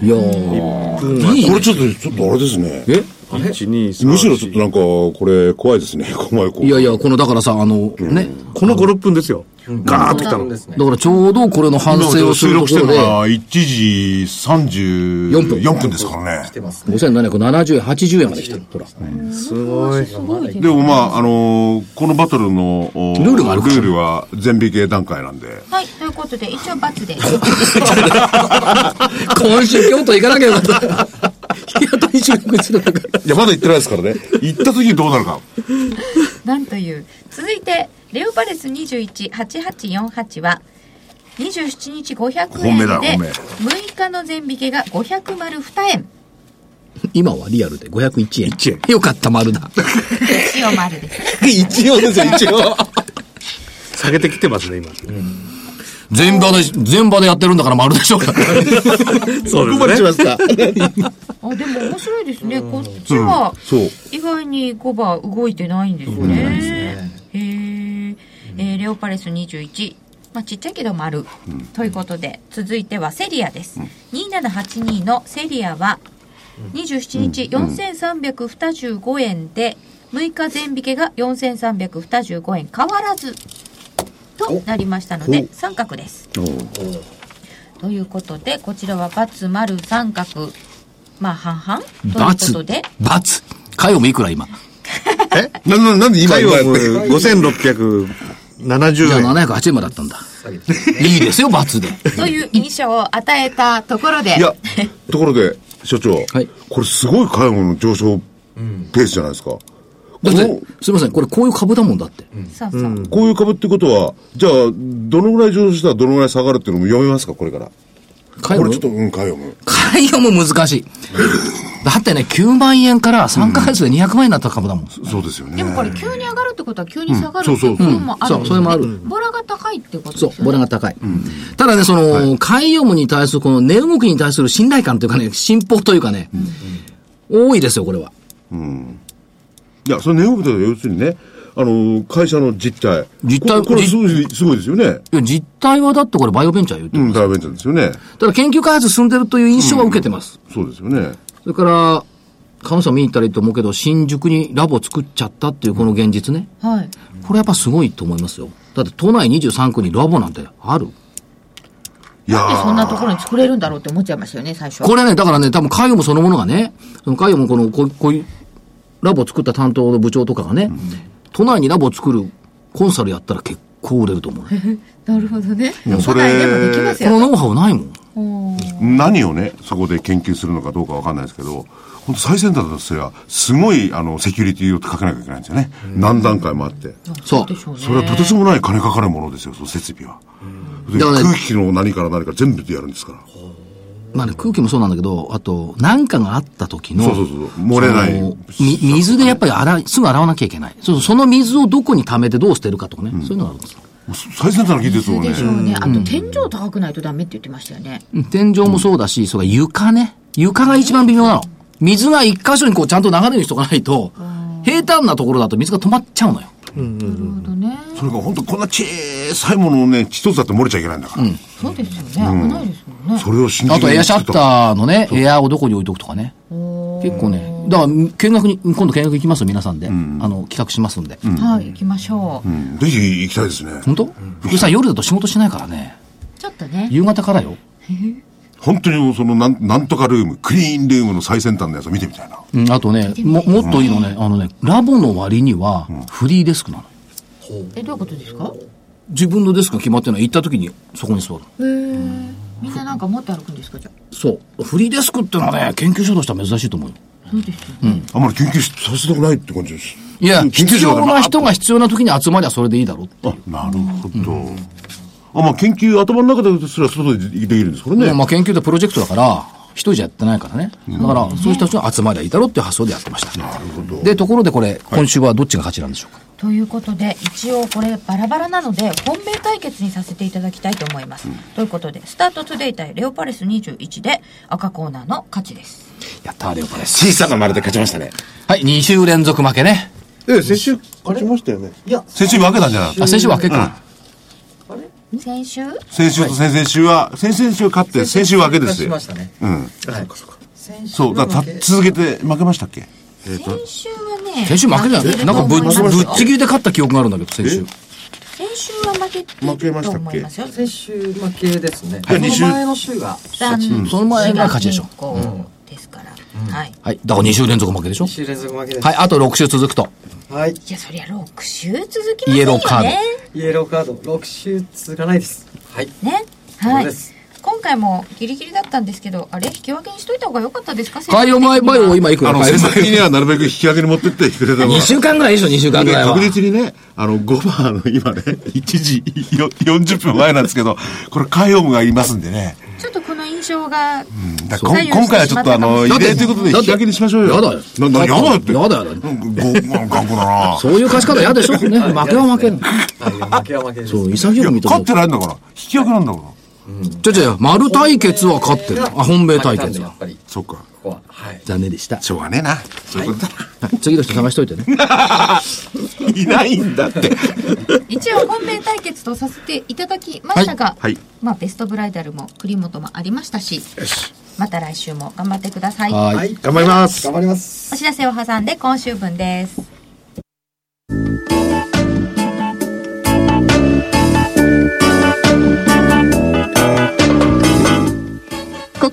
B: いやー。いい
E: こ
B: ね
E: れちょっと、ちょっとあれですね。
B: え
C: 1、2、3。
E: むしろちょっとなんか、これ怖いですね。 怖い怖い。
B: いやいや、この、だからさ、あの、ね。
C: この5、6分ですよ。ガーッと来た
D: そう
C: の。
D: ですね
B: だからちょうどこれの反
E: 今
B: 省をす
E: 収
B: ると
E: 録して
B: こ
E: る
B: ろ
E: の
B: で、
E: が1時34分。4分ですからね
D: 来。てますね
B: 5770円、80円まで来てる。ほら。
C: すごい。
E: でもまあ、あのーこのバトルの、お
B: ルールがあるから
E: ルールは全美系段階なんで。
A: はい、ということで、一応×です。
B: 今週京都行かなきゃよかった。日雇い収録してたから。
E: いや、まだ行ってないですからね。行った時どうなるか。
A: なんという。続いて、レオパレス218848は、27日500円
E: 本命だ本
A: で、
E: 命
A: 6日の全引けが500丸2円。
B: 今はリアルで501円。
C: 1円
B: よかった、丸だ。
A: 一応丸です。
B: 一応ですよ、一応。
C: 下げてきてますね、今。
B: 全場で、全場でやってるんだから丸でしょうか。
C: そうですね。
B: した。
A: あ、でも面白いですね。こっちは、
E: そう。
A: 意外に5番動いてないんですよね。へーえーレオパレス21。まあ、ちっちゃいけど丸、ということで、続いてはセリアです。2782のセリアは、27日4325円で、6日全引けが4325円変わらず、となりましたので、三角です。ということで、こちらは×丸三角、まあ半々というこ
B: 罰
A: とで、。
B: 罰。カヨもいくら今。
E: な、な、なんで今
C: カイオ
E: 今
C: ム
E: やってる
C: 5670
B: じゃあ
C: 円。
B: 708円までだったんだ。いいですよ、罰で。
A: という印象を与えたところで、
E: いや、ところで、所長。
B: はい
E: これすごい買い物の上昇ペースじゃないですか。
B: だっ
E: こ
B: て、すいません、これこういう株だもんだって。
A: そうそう、
E: のこういう株ってことは、じゃあ、どのぐらい上昇したらどのぐらい下がるっていうのも読めますか、これから。
B: カヨ
E: こ
B: も
E: れちょっと、うん、買い読む。
B: カヨも難しい。だってね、9万円から3ヶ月で200万円になった株だもん。
E: そうですよね。
A: でもこれ急に上がるってことは急に下がる
E: う
A: って
E: んそ
A: いう
E: そう
A: うこともある、
B: そうそれもある
A: ボラが高いってことです
B: そ
A: よ
B: う
A: ね、
B: ボラが高い。ただね、その、海洋に対する、この値動きに対する信頼感というかね、信奉というかね、多いですよ、これは。
E: いや、それ値動きというのは要するにね、あのー、会社の実態。
B: 実態
E: ここれすごい、すごいですよね。
B: いや実態はだってこれバイオベンチャー言って
E: う
B: る。
E: ん、大ベンチャーですよね。
B: ただ研究開発進んでるという印象は受けてます。
E: そうですよね。
B: それから、彼女は見に行ったらいいと思うけど、新宿にラボ作っちゃったっていうこの現実ね。
A: はい、
B: これやっぱすごいと思いますよ。だって都内23区にラボなんてある。
E: いや
A: でそん
E: ー
A: なところに作れるんだろうって思っちゃいましたよね最初
B: これね、だからね、多分海洋もそのものがね、その海洋もこの、こうこういう、ラボを作った担当の部長とかがね、都内にラボを作るコンサルやったら結構売れると思うね。
A: なるほどね
E: や
A: 都
E: それ
A: 内でもできます
B: こ
A: よ
B: のノウハウないもん。
E: 何をね、そこで研究するのかどうかわかんないですけど、本当最先端だとすれば、すごい、あの、セキュリティをかけなきゃいけないんですよね。何段階もあって。
B: そう。
A: でしょうね
E: それはとてつもない金かかるものですよ、その設備は。で
B: だからね
E: 空気の何から何から全部でやるんですから。
B: まあね、空気もそうなんだけど、あと、なんかがあった時の、
E: そうそうそう漏れない
B: そのみ水でやっぱり洗い、すぐ洗わなきゃいけない。そうそうその水をどこに溜めてどう捨てるかとかね、そういうのがあるんですよ。
E: 最先端の技術をね
A: でしょうね。あと、天井高くないとダメって言ってましたよね。
B: うん天井もそうだし、それから床ね。床が一番微妙なの。水が一箇所にこうちゃんと流れるようにしとかないと、平坦なところだと水が止まっちゃうのよ。
A: なるほどね。
E: それが本当こんな小さいものをね一つだって漏れちゃいけないんだから、
A: そうですよね。危ないですもんね。
E: それを信じ
B: あとエアシャッ
E: ー
B: ターのね、エアをどこに置いとくとかね。結構ね。だから、見学に、今度見学行きますよ、皆さんで。あの、企画しますんで。
A: はい、行きましょう。
E: ぜひ行きたいですね
B: 本当福井さん夜だと仕事しないからね。
A: ちょっとね。
B: 夕方からよ。
E: 本当にもうそのなんなんとかルームクリーンルームの最先端のやつを見てみたいな
B: うん、あとね、も、もっといいのね、あのね、ラボの割には、フリーデスクなのよ。
A: え、どういうことですか
B: 自分のデスクが決まってるのは行った時にそこに座る。
A: へーみんななんか持って歩くんですかじゃ
B: そう。フリーデスクってのはね、研究所としては珍しいと思うよ。
A: あ。そうですよね。
E: あんまり研究させたくないって感じです
B: いや、
E: うん研究
B: 必
E: 所だ
B: 要な人が必要な時に集まりゃそれでいいだろうってい
E: あなるほど、あまあ研究頭の中ですら外でできるんですこれ
B: う。
E: ね、
B: まあ、研究ってプロジェクトだから、一人じゃやってないからね。だから、そういう人たちが集まりゃいいだろうっていう発想でやってました。なるほど。で、ところでこれ、今週はどっちが勝ちなんでしょうか。
A: ということで、一応これバラバラなので、本命対決にさせていただきたいと思います。ということで、スタートトゥデイ対レオパレス21で赤コーナーの勝ちです。
B: やったー、レオパです。
I: 小さな丸で勝ちましたね。
B: はい、2週連続負けね。
C: え、先週勝ちましたよね。
D: いや
E: 先週分けたんじゃなかった
B: あ、先週は結構。
A: 先週
E: 先週と先々週は先々週勝って先週分けです
D: し
E: よ
D: ましたね
E: うん
D: はい
E: そうだからた続けて負けましたっけ
A: 先週はね。
B: 先週負けじゃない。なんかぶっ、ぶ
A: 負け
B: っ
A: ると思います
B: ちぎりで勝った記憶があるんだけど、先週。
A: 先週は負けて
E: 負け
A: る
E: ま
A: と
E: したっ
A: 思
E: け
A: いますよ。
D: 先週負けですね、
E: はい
D: その前の週が
A: 三
B: その前が勝ちでしょ。
A: こうですから。はい。
B: はい。だから2週連続負けでしょ
D: 2週連続負けです
B: はい、あと6週続くと。
D: はい、
A: いや、そりゃ6週続きますよね。
B: イエローカード
D: イエローカード6週続かないですはい
A: ね。
D: そ
A: は
D: う
A: い
D: です。
A: 今回もギリギリだったんですけど、あれ引き分けにしといた方が良かったですか
B: 海洋前前を今いく
E: あ
B: ら
E: の先先にはなるべく引き上げに持ってってくれた方が
B: 2週間ぐらいでしょ、2週間ぐらいは
E: 確。実にね、あの、5番の今ね、1時よ40分前なんですけど、これ、カイオムがいますんでね。
A: ちょっとこの印象が、
E: だからこん今回はちょっとあの、
B: だ
E: 異
B: って
E: 例ということで引き分けにしましょうよ。
B: だって
E: な、な、やだよって。
B: やだよ
E: うんご、まあ頑固だな。
B: そういう勝ち方嫌でしょ。ね、負けは負ける。
D: はい負けは負けです
B: そう、潔
E: い
B: く
E: や
B: 認め
E: 勝って
B: る。
E: ないんだから。引き分けなんだから。
B: ちょちょ、丸対決は勝ってる。あ、本命対決
D: やっ
B: は。
D: ぱり
E: そっか。
D: ここははい
B: 残念でした。
E: しょうがねえな。そういうこと
B: 次の人探しといてね。
E: だ。いないんだって。
A: 一応本命対決とさせていただきましたが、
E: はいはい
A: まあベストブライダルも栗本もありましたし、また来週も頑張ってください。
B: はい。
D: はい
E: 頑張ります。
D: 頑張ります
A: お知らせを挟んで今週分です。
F: こ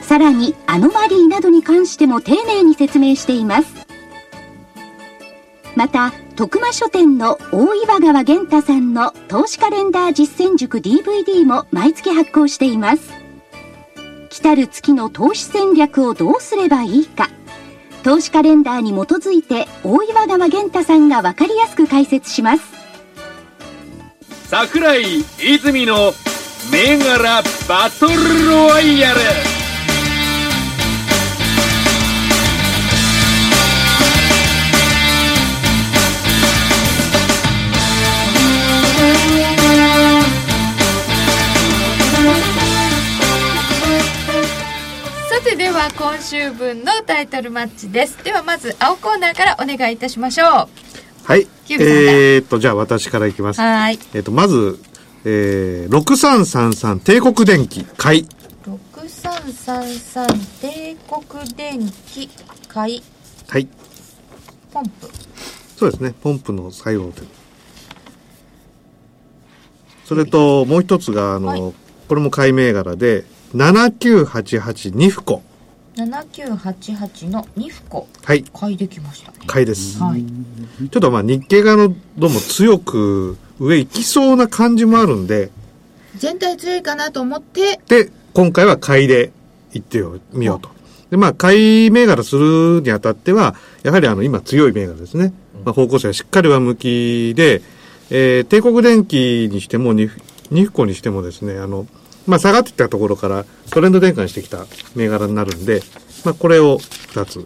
F: さらにアノマリーなどに関しても丁寧に説明していますまた徳間書店の大岩川源太さんの投資カレンダー実践塾 DVD も毎月発行しています来たる月の投資戦略をどうすればいいか投資カレンダーに基づいて大岩川源太さんが分かりやすく解説します
G: 桜井泉の銘柄バトルロワイヤル
A: さてでは今週分のタイトルマッチですではまず青コーナーからお願いいたしましょうは
C: はい。
A: キューブさんだ
C: えーっと、じゃあ私からいきます。
A: ーい
C: えっと、まず、えー、6333帝国電機買い。
A: 6333帝国電気買い
C: はい。
A: ポンプ
C: そうですね。ポンプの最後の手それと、もう一つが、あの、
A: はい
C: これも買い銘柄で、7988ニフコ。
A: 7988の2袋
C: はい
A: 買いできましたね
C: 買いです、
A: はい
C: ちょっとまあ日経側のどうも強く上行きそうな感じもあるんで
A: 全体強いかなと思って
C: で今回は買いで行ってみようと。でまあ、買い銘柄するにあたっては、やはりあの今強い銘柄ですね。まあ、方向性がしっかり上向きで、えー、帝国電機にしても、ニフニフコにしてもですね、あの、まあ、下がってきたところからトレンド転換してきた銘柄になるんで、まあ、これを2つ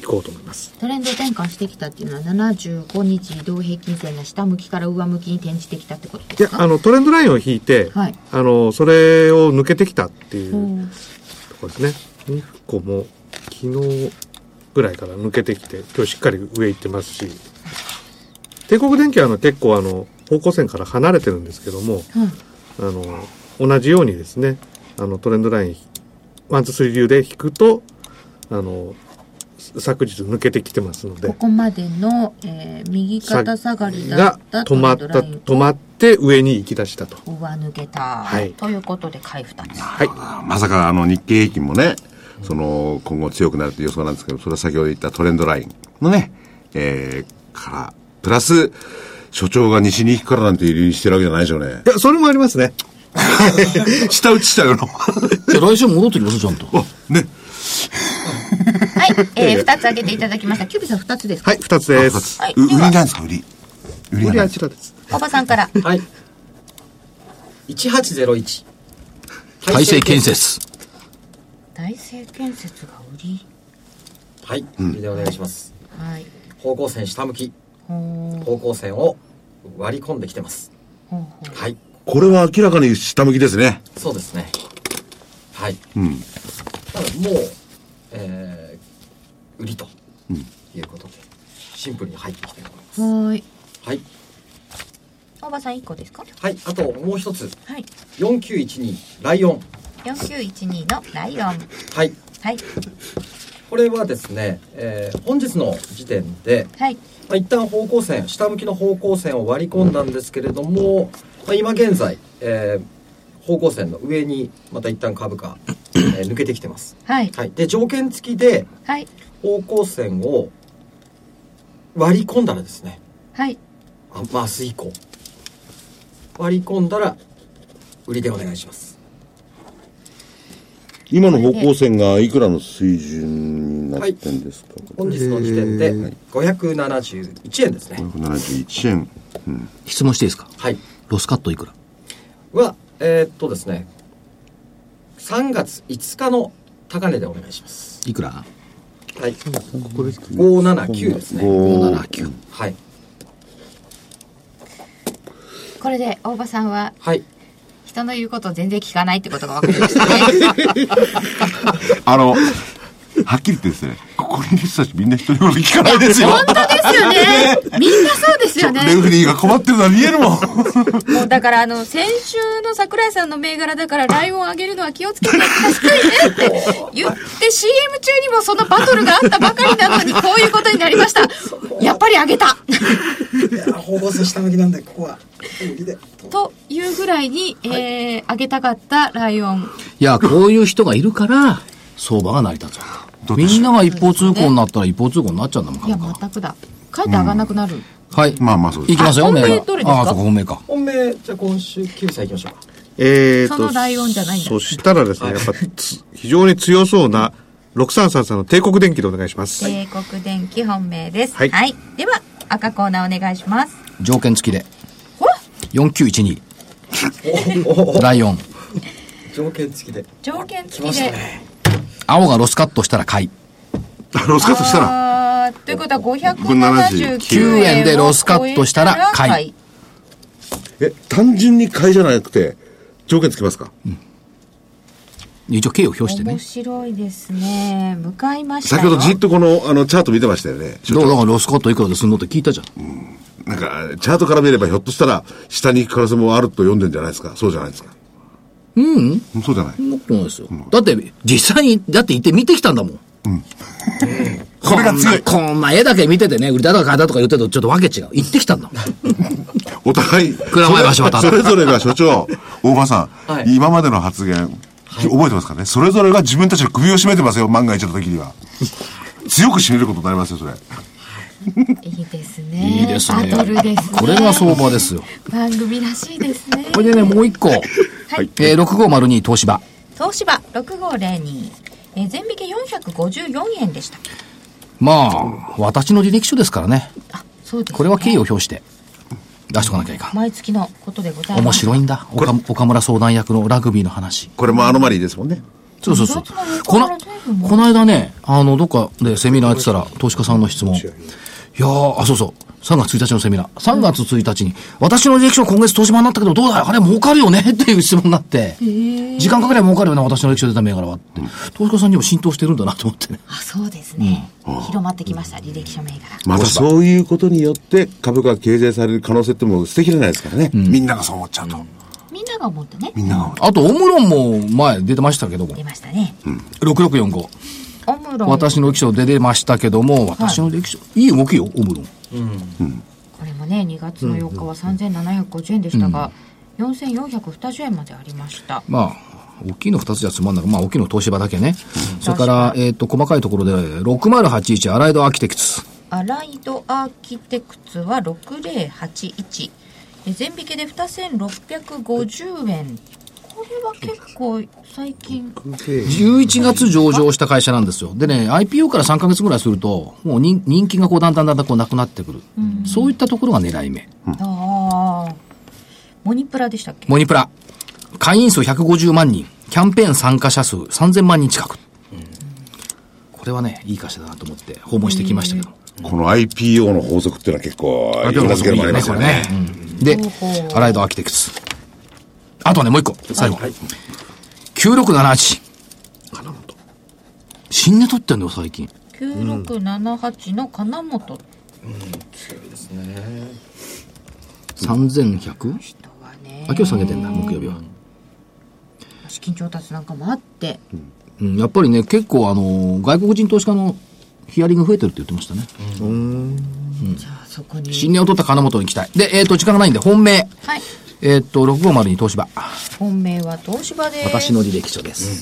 C: いこうと思います。
A: トレンド転換してきたっていうのは75日移動平均線が下向きから上向きに転じてきたってこと
C: い
A: で
C: や
A: す、か
C: あの、トレンドラインを引いて、
A: はい
C: あの、それを抜けてきたっていう。
A: うん
C: とこですね。ニフコも昨日ぐらいから抜けてきて、今日しっかり上行ってますし、帝国電機はあの結構あの方向線から離れてるんですけども、
A: はい
C: あの同じようにですね、あのトレンドライン、ワン、ツー、スリー流で引くと、あの、昨日抜けてきてますの
A: こ
C: で、
A: こまでの、えー右肩下がりだ
C: が
A: った
C: 止まった、
A: トレン
C: 止まって上に行き出したと。
A: ドラインを上抜けた、
C: はい
A: ということで買い2つ
C: はい。
E: まさかあの日経平均もね、その今後強くなるって予想なんですけど、それは先ほど言ったトレンドラインのね、えー、から、プラス、所長が西に行くからなんて理由してるわけじゃないでしょうね
C: い。や、それもありますね。
E: 下打ちしたよな。
B: じゃあ来週戻ってきますちゃんと。
E: ね。
A: はい、えー、2つ挙げていただきましたキュビさん2つですか
C: はい、二つです。
E: あう売りなんですか、売り。売り
C: こ
E: が
C: れ
E: な
C: あ
E: い
C: ちらです。
A: おばさんから
D: はい。1801。
B: 体制建。設。
A: 大成建設が売り
D: はい。それでお願いします。
A: はい
D: 方向線下向き、
A: ほう
D: 方向線を割り込んできてます。
A: ほうほう
D: はい。
E: これは明らかに下向きですね。
D: そうですね。はい。
E: うん。
D: ただもう、えー売りということで、シンプルに入ってきております。
A: はーい
D: はい。
A: おばさん1個ですか
D: はい。あともう一つ、
A: はい
D: 4912、ライオン。
A: 4912のライオン
D: はい。
A: はい
D: これはですね、えー本日の時点で、
A: はい
D: まあ、一旦方向線下向きの方向線を割り込んだんですけれども、まあ、今現在、えー方向線の上にまた一旦株価、えー抜けてきてます、
A: はい
D: はい、で条件付きで
A: はい
D: 方向線を割り込んだらですね
A: はい
D: あ、まあ、明日以降割り込んだら売りでお願いします
E: 今の方向線がいくらの水準になってんですか、
D: 本日の時点で571円ですね、
E: ?571 円。うん。
B: 質問していいですか
D: はい
B: ロスカットいくら
D: はえーっとですね3月5日の高値でお願いします
B: いくら
D: はい579ですね
E: 5、
B: ?7、9。
D: はい
A: これで大場さんは
D: はい
A: 人の言うことを全然聞かないってことが分かりま したね
E: あの、 はっきり言ってですね、ここにいる人たちみんな一人も聞かないですよ。
A: 本当ですよねみんなそうですよね
E: レフェリーが困ってるのは見えるもん。
A: もうだからあの先週の桜井さんの銘柄だからライオン上げるのは気をつけてくださいねって言って CM 中にもそのバトルがあったばかりなのにこういうことになりましたやっぱり上げた
D: いや方向性下向きなんでここは売りで
A: というぐらいに、えー上げたかったライオン
B: いや、こういう人がいるから、相場が成り立つわけ
E: だって
B: みんなが一方通行になったら一方通行になっちゃうんだもん、
A: いや
B: 株価
A: 全くだかえって上がんなくなる、
B: はい。
E: まあまあそうです
B: いきますよ、
A: あ
B: 銘柄
A: 本命どれですか
B: ああ、そうか、本命か。
D: 本命じゃあ今週キュさんいきましょうか
C: えーと
A: そのライオンじゃないんだ
C: そしたらですね、やっぱつ非常に強そうな6333の帝国電機でお願いします。
A: 帝国電機本命ですは、
C: はいい
A: では赤コーナーお願いします
B: 条件付きで。
A: ほら
B: 4912、
D: おおお
B: ライオン。
D: 条件付きで
A: 条件
D: 来
A: 付
D: ま
A: き
D: した
A: で
D: ね
B: 青がロスカットしたら買い。
E: ロスカットしたら、
A: あーということは579円
B: 円でロスカットしたら買い
A: い
E: え、単純に買いじゃなくて、条件つきますか、
B: 一応、敬を表してね
A: 面。白いですね向かいました
E: 先ほどじっとこの、あの、チャート見てましたよね。
B: どうだからロスカットいくらですんのって聞いたじゃん。
E: なんか、チャートから見ればひょっとしたら、下に行く可能性もあると読んでんじゃないですかそうじゃないですかうん。そうじゃない。
B: そんなことないですよ。だって、実際に、だって行って見てきたんだもん。 こんな、こんな絵だけ見ててね、売りだとか買いだとか言ってるとちょっとわけ違う。行ってきたんだもん。
E: お互い、
B: 蔵前橋渡
E: それそれぞれが所長、大場さん、
D: はい
E: 今までの発言、覚えてますかねそれぞれが自分たちの首を絞めてますよ、万が一の時には。強く締めることになりますよ、それ。
A: いいですね。
B: いいですね
A: バトルですね。
B: これが相場ですよ。
A: 番組らしいですね。
B: これでね、もう一個。はいえー、6502東芝。
A: 東芝6502、えー、全引け454円でした。
B: まあ、私の履歴書ですからね。
A: あ、そうです、ね。
B: これは敬意を表して出しとかなきゃいかん。
A: 毎月のことでござい
B: 面
A: ます。
B: 白いんだ。岡岡村相談役のラグビーの話。
E: これもアノマリーですもんね。
B: そうそうそう
A: 意外とね。
B: こ
A: 岡
B: の
A: 村随分、ね
B: この間ね、あの、どっかでセミナーやってたら、投資家さんの質問。いやー、あ、そうそう。3月1日のセミナー。3月1日に、私の履歴書今月東芝になったけどどうだいあれ儲かるよね っていう質問になって、時間かければ儲かるよな、私の履歴書出た銘柄はって。投資家さんにも浸透してるんだなと思ってね。
A: あ、そうですね。広まってきました、履歴書銘柄。
E: またそういうことによって株価が形成される可能性ってもう捨てきれないですからね。みんながそう思っちゃうと。
A: みんなが思ったね。
E: みんなが思っちゃ
B: あと、オムロンも前出てましたけども
A: 出。ましたね。
B: 6645。
A: オムロン。
B: 私の履歴書出てましたけども、私の履歴書、いい動きよ、オムロン。
A: これもね、2月の4日は3750円でしたが、4420円までありました。
B: まあ、大きいの2つじゃつまんない。まあ、大きいの東芝だけね。それから、えっ、と、細かいところで、6081アライドアーキテクツ。
A: アライドアーキテクツは6081。え全引けで2650円。これは結構最近。
B: 11月上場した会社なんですよ。でね、IPO から3ヶ月ぐらいすると、もう人人気がこう、だんだんだんだんこう、なくなってくる。そういったところが狙い目。
A: ああ。モニプラでしたっけ
B: モニプラ。会員数150万人。キャンペーン参加者数3000万人近く。これはね、いい会社だなと思って訪問してきましたけど。
E: うこの IPO の法則っていうのは結構、裏付けでもありますよね。
B: で、アライドアーキテクツ。あとね、もう一個、最後。9678。新ネ取ってんだよ、最近。
A: 9678の金本
B: 3100?
A: とはね
B: あ、今日下げてんだ、木曜日は。
A: 資金調達なんかもあって、
B: うん、やっぱりね、結構あの、外国人投資家のヒアリング増えてるって言ってましたね。
A: じゃあそこに
B: 新年を取った金本に期待。で、えっ、と、時間がないんで、本命。
A: はい
B: えっ、と、650に東芝。
A: 本命は東芝です
B: 私の履歴書です。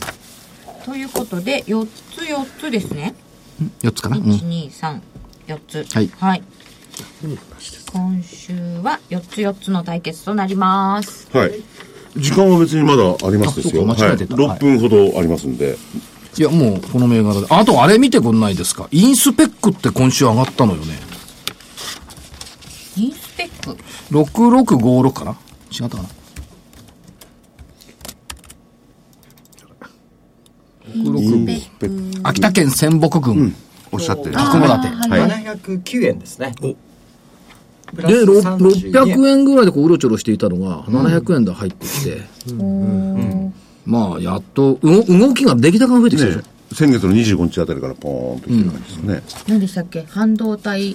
A: ということで4つ4つですね
B: 4つかな。うん。
A: 1234つ
B: はい
A: 今週は4つ4つの対決となります
E: はい。時間は別にまだありますですよ。
B: あそうか間違えてた
E: はい、6分ほどありますんで。
B: いや、もう、この銘柄で。あと、あれ見てくんないですか。インスペックって今週上がったのよね。
A: インスペック
B: 6656かな違ったかな
E: インスペク
B: 秋田県仙北郡
E: おっしゃってる。
B: 角館、
D: 709円ですね。プラス
B: でろ
D: 32
B: 600円ぐらいでこううろちょろしていたのが700円で入ってきて、まあやっと動動きが出来高が増えてきてるでしょ
E: ね先月の25日あたりからポーンと来てる感じですよね。
A: 何でしたっけ半導体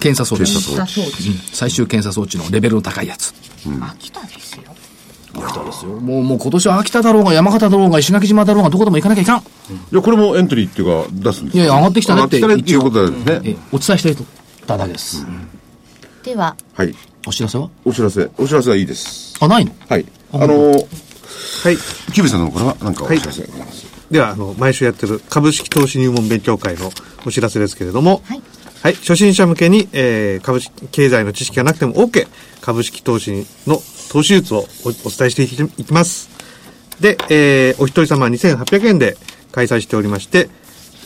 B: 検査装置
E: 検査
A: 検査装置
B: 最終検査装置のレベルの高いやつ
A: 秋田ですよ
B: もうもう今年は秋田だろうが山形だろうが石垣島だろうがどこでも行かなきゃいかん
E: いや、これもエントリーっていうか出すんです
B: いやいや上がってきたねって
E: 上がってきたねっていうことなんです
B: え
E: ね。
B: お伝えしたいとただです、
A: では
E: はい。
B: お知らせは
E: お知らせ、お知らせはいいです。
B: あないの
E: はい。あの
C: はい。
E: キュービーさんの方からなんかお知らせがございます。
C: では、あの、毎週やってる株式投資入門勉強会のお知らせですけれども、
A: はい
C: はい。初心者向けに、えー、株式、経済の知識がなくても OK。株式投資の投資術をおお伝えしていきいきます。で、えー、お一人様2800円で開催しておりまして、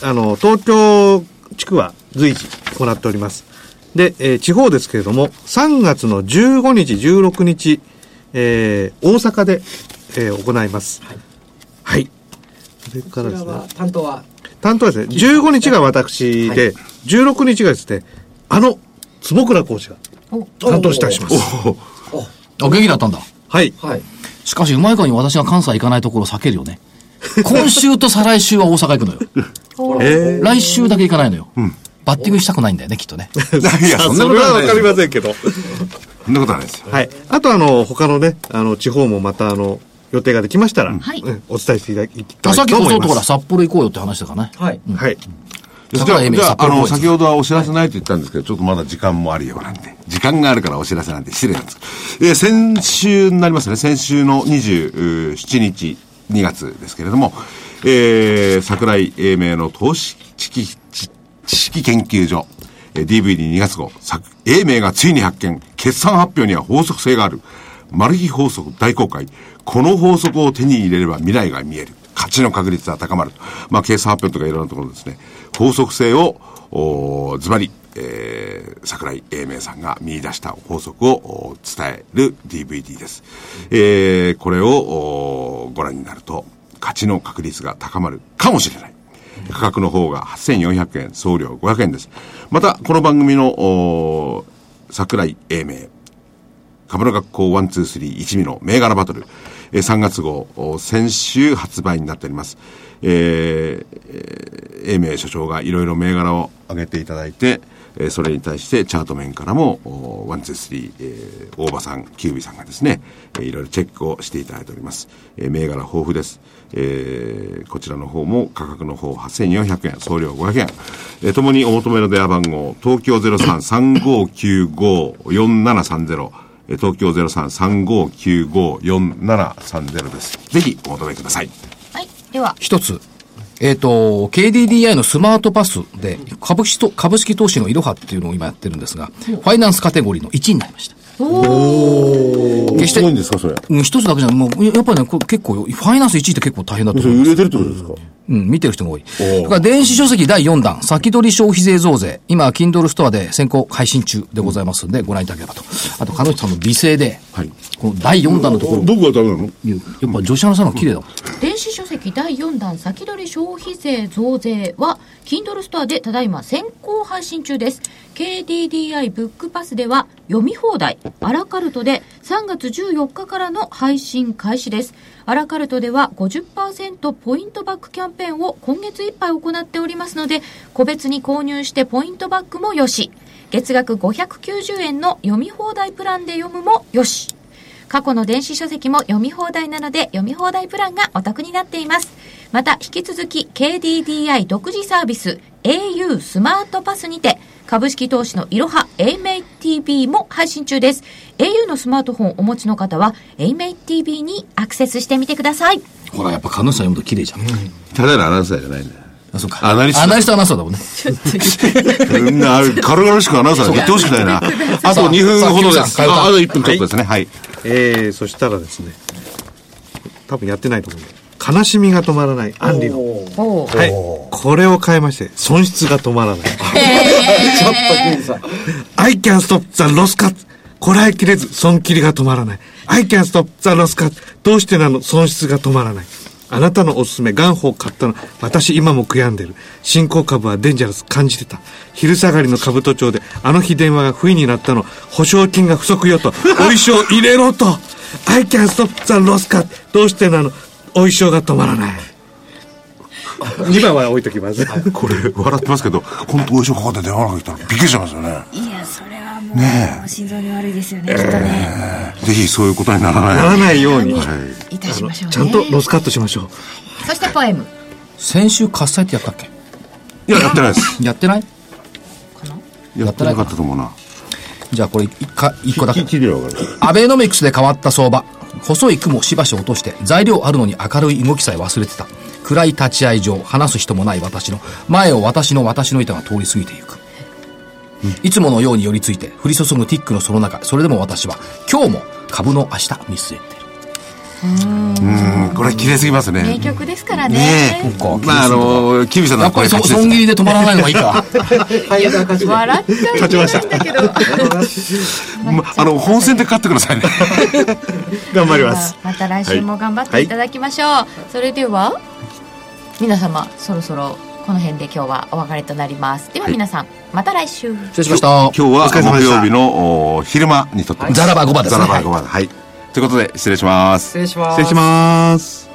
C: あの、東京地区は随時行っております。で、えー地方ですけれども、3月の15日、16日、えー、大阪で、えー行います。はい。それか
D: こ
C: らで
D: ち
C: す
D: ら
C: ね。
D: は担当は
C: 担当はですね、15日が私で、16日がですね、あの、坪倉講師が担当いたします。
B: あ元気だったんだ
C: はい。
D: はい。
B: しかし、うまい子に私が関西行かないところを避けるよね。今週と再来週は大阪行くのよ。来週だけ行かないのよ。バッティングしたくないんだよね、きっとね。
E: いや、そんな
C: そ
E: こ
C: れ
E: と
C: は
E: は
C: わ
E: ない
C: かり
E: です。
C: ませんけど。
E: そんなことはないですよ。
C: はい。あと、あの、他のね、あの、地方もまた、あの、予定ができましたら、
A: い
C: うんお伝えしていただきた
B: あ
C: い
B: さっき
C: と
B: こ
C: 思
B: そ
C: い
B: と
C: ま
B: ほら、
C: す。
B: 札幌行こうよって話したからね。
D: はい。
C: はい。
B: 札
E: じゃ
B: 幌
E: あ、
B: 英明
E: じゃ
B: 札
E: あ、あ
B: 幌
E: の、
B: 公演
E: 先ほどはお知らせないと言ったんですけど、ちょっとまだ時間もあるようなんで、時間があるからお知らせなんて失礼なんです。えー先週になりますね、先週の27日2月ですけれども、えー、桜井英明の投資知識知知識研究所、えー DVD2 月号、作英明がついに発見、決算発表には法則性がある、マル秘法則大公開、この法則を手に入れれば未来が見える。勝ちの確率は高まる。まあ、計算発表とかいろんなところですね。法則性を、おーズバリ、えー、桜井英明さんが見出した法則をおー伝える DVD です。えー、これをおーご覧になると、勝ちの確率が高まるかもしれない。価格の方が8400円、送料500円です。また、この番組の、おー桜井英明、株の学校123一味の銘柄バトル、えー、3月号、お先週発売になっております。えーえー、英明所長がいろいろ銘柄を上げていただいて、えーそれに対してチャート面からも、おー123、えー、大場さん、キュービさんがですね、えーいろいろチェックをしていただいております。えー銘柄豊富です。えーこちらの方も価格の方8400円、送料500円。えー、ともにお求めの電話番号、東京0335954730、えー東京0335954730です。ぜひお求めください。
A: はい。では、
B: 一つ。えっ、と、KDDI のスマートパスで、株式と、株式投資のいろはっていうのを今やってるんですが、ファイナンスカテゴリーの1位になりました。決して
I: すごいんですか、それ。
B: うん一つだけじゃない、もう、ややっぱりね、これ結構よ、ファイナンス1位って結構大変だと
I: そ
B: 思
I: れ
B: いま
I: 売
B: す。
I: れてるってことですか
B: うん、見てる人も多い。だから電子書籍第4弾、先取り消費税増税。今、Kindle ストアで先行配信中でございますんで、ご覧いただければと。あと、彼女さんの美声で、
E: はい
B: この第4弾のところ、
I: どこがダメなの
B: やっぱ女子アナさんの綺麗だもん。
A: 電子書籍第4弾先取り消費税増税は Kindle ストアでただいま先行配信中です KDDI ブックパスでは読み放題アラカルトで3月14日からの配信開始ですアラカルトでは50%ポイントバックキャンペーンを今月いっぱい行っておりますので個別に購入してポイントバックもよし月額590円の読み放題プランで読むもよし過去の電子書籍も読み放題なので読み放題プランがお得になっていますまた引き続き KDDI 独自サービス au スマートパスにて株式投資のいろは AMATV も配信中です au のスマートフォンをお持ちの方は AMATV にアクセスしてみてください
B: ほら、やっぱ彼女さん読むと綺麗じゃん。
E: ただのアナウンサーじゃないんだよ。
B: あ、そうか。
E: アナリスト
B: アナリストアナウンサーだもんね。
E: みんな、軽々しくアナウンサーに言ってほしくないな。あと2分ほどです。
B: さあさあ
E: ああと1分ちょっとですね。はい。
C: えー、そしたらですね、多分やってないと思うんで、悲しみが止まらない、アンリの。
A: おー
C: はい。これを変えまして、損失が止まらない。
D: ちょっとクイズさん
C: I can stop the loss cut. こらえきれず、損切りが止まらない。I can stop the loss cut. どうしてなの、損失が止まらない。あなたのおすすめ、元宝買ったの、私今も悔やんでる。新興株はデンジャラス感じてた。昼下がりの株都庁で、あの日電話が不意になったの、保証金が不足よと、お衣装入れろと。I can stop the loss cut. どうしてなの、お衣装が止まらない。2番は置いときます。
E: これ、笑ってますけど、本当お衣装かかって電話が来たらびっくりしますよね。
J: いや、それはもう、
E: ね
J: 心臓に悪いですよね、きっとね。
E: ぜひそういうことにならない。
C: ならないように、
J: いたしましょうね。
C: ちゃんとロスカットしましょう。
A: そしてポエム
B: 先週、喝采ってやったっけ
E: いや、やってないです。
B: やってない
E: やってなかったと思うな。
B: じゃあこれ一か一個だけ。
I: 切りは分かる。
B: アベノミクスで変わった相場。細い雲をしばし落として、材料あるのに明るい動きさえ忘れてた。暗い立ち合い上、話す人もない私の、前を私の私の板が通り過ぎてゆく。いつものように寄りついて、降り注ぐティックのその中、それでも私は、今日も株の明日見据えてる。
E: うん、これ切れすぎますね。
A: 名曲ですからね
E: ね
B: そう
E: え。
B: か
E: まあ、あの、キビさん
B: や
E: の
B: っぱりそ
E: 勝ちです
B: 損切りで止まらないのがいい か。
D: はい、赤字で。
A: 笑っちゃいけないんだけど
E: まあの、本戦で勝ってくださいね。
C: 頑張ります。
A: また来週も頑張っていただきましょう、それでは皆様そろそろこの辺で今日はお別れとなりますでは皆さん、また来週
B: 失礼しました。
E: 今日は
C: お疲れ様で
E: 木
C: した
E: 曜日のお昼間にとってます
B: ザラバ5番です
E: ザ
B: ね
E: ラバ5番。はい。ということで、失礼します
D: 失。礼します。
C: 失礼します。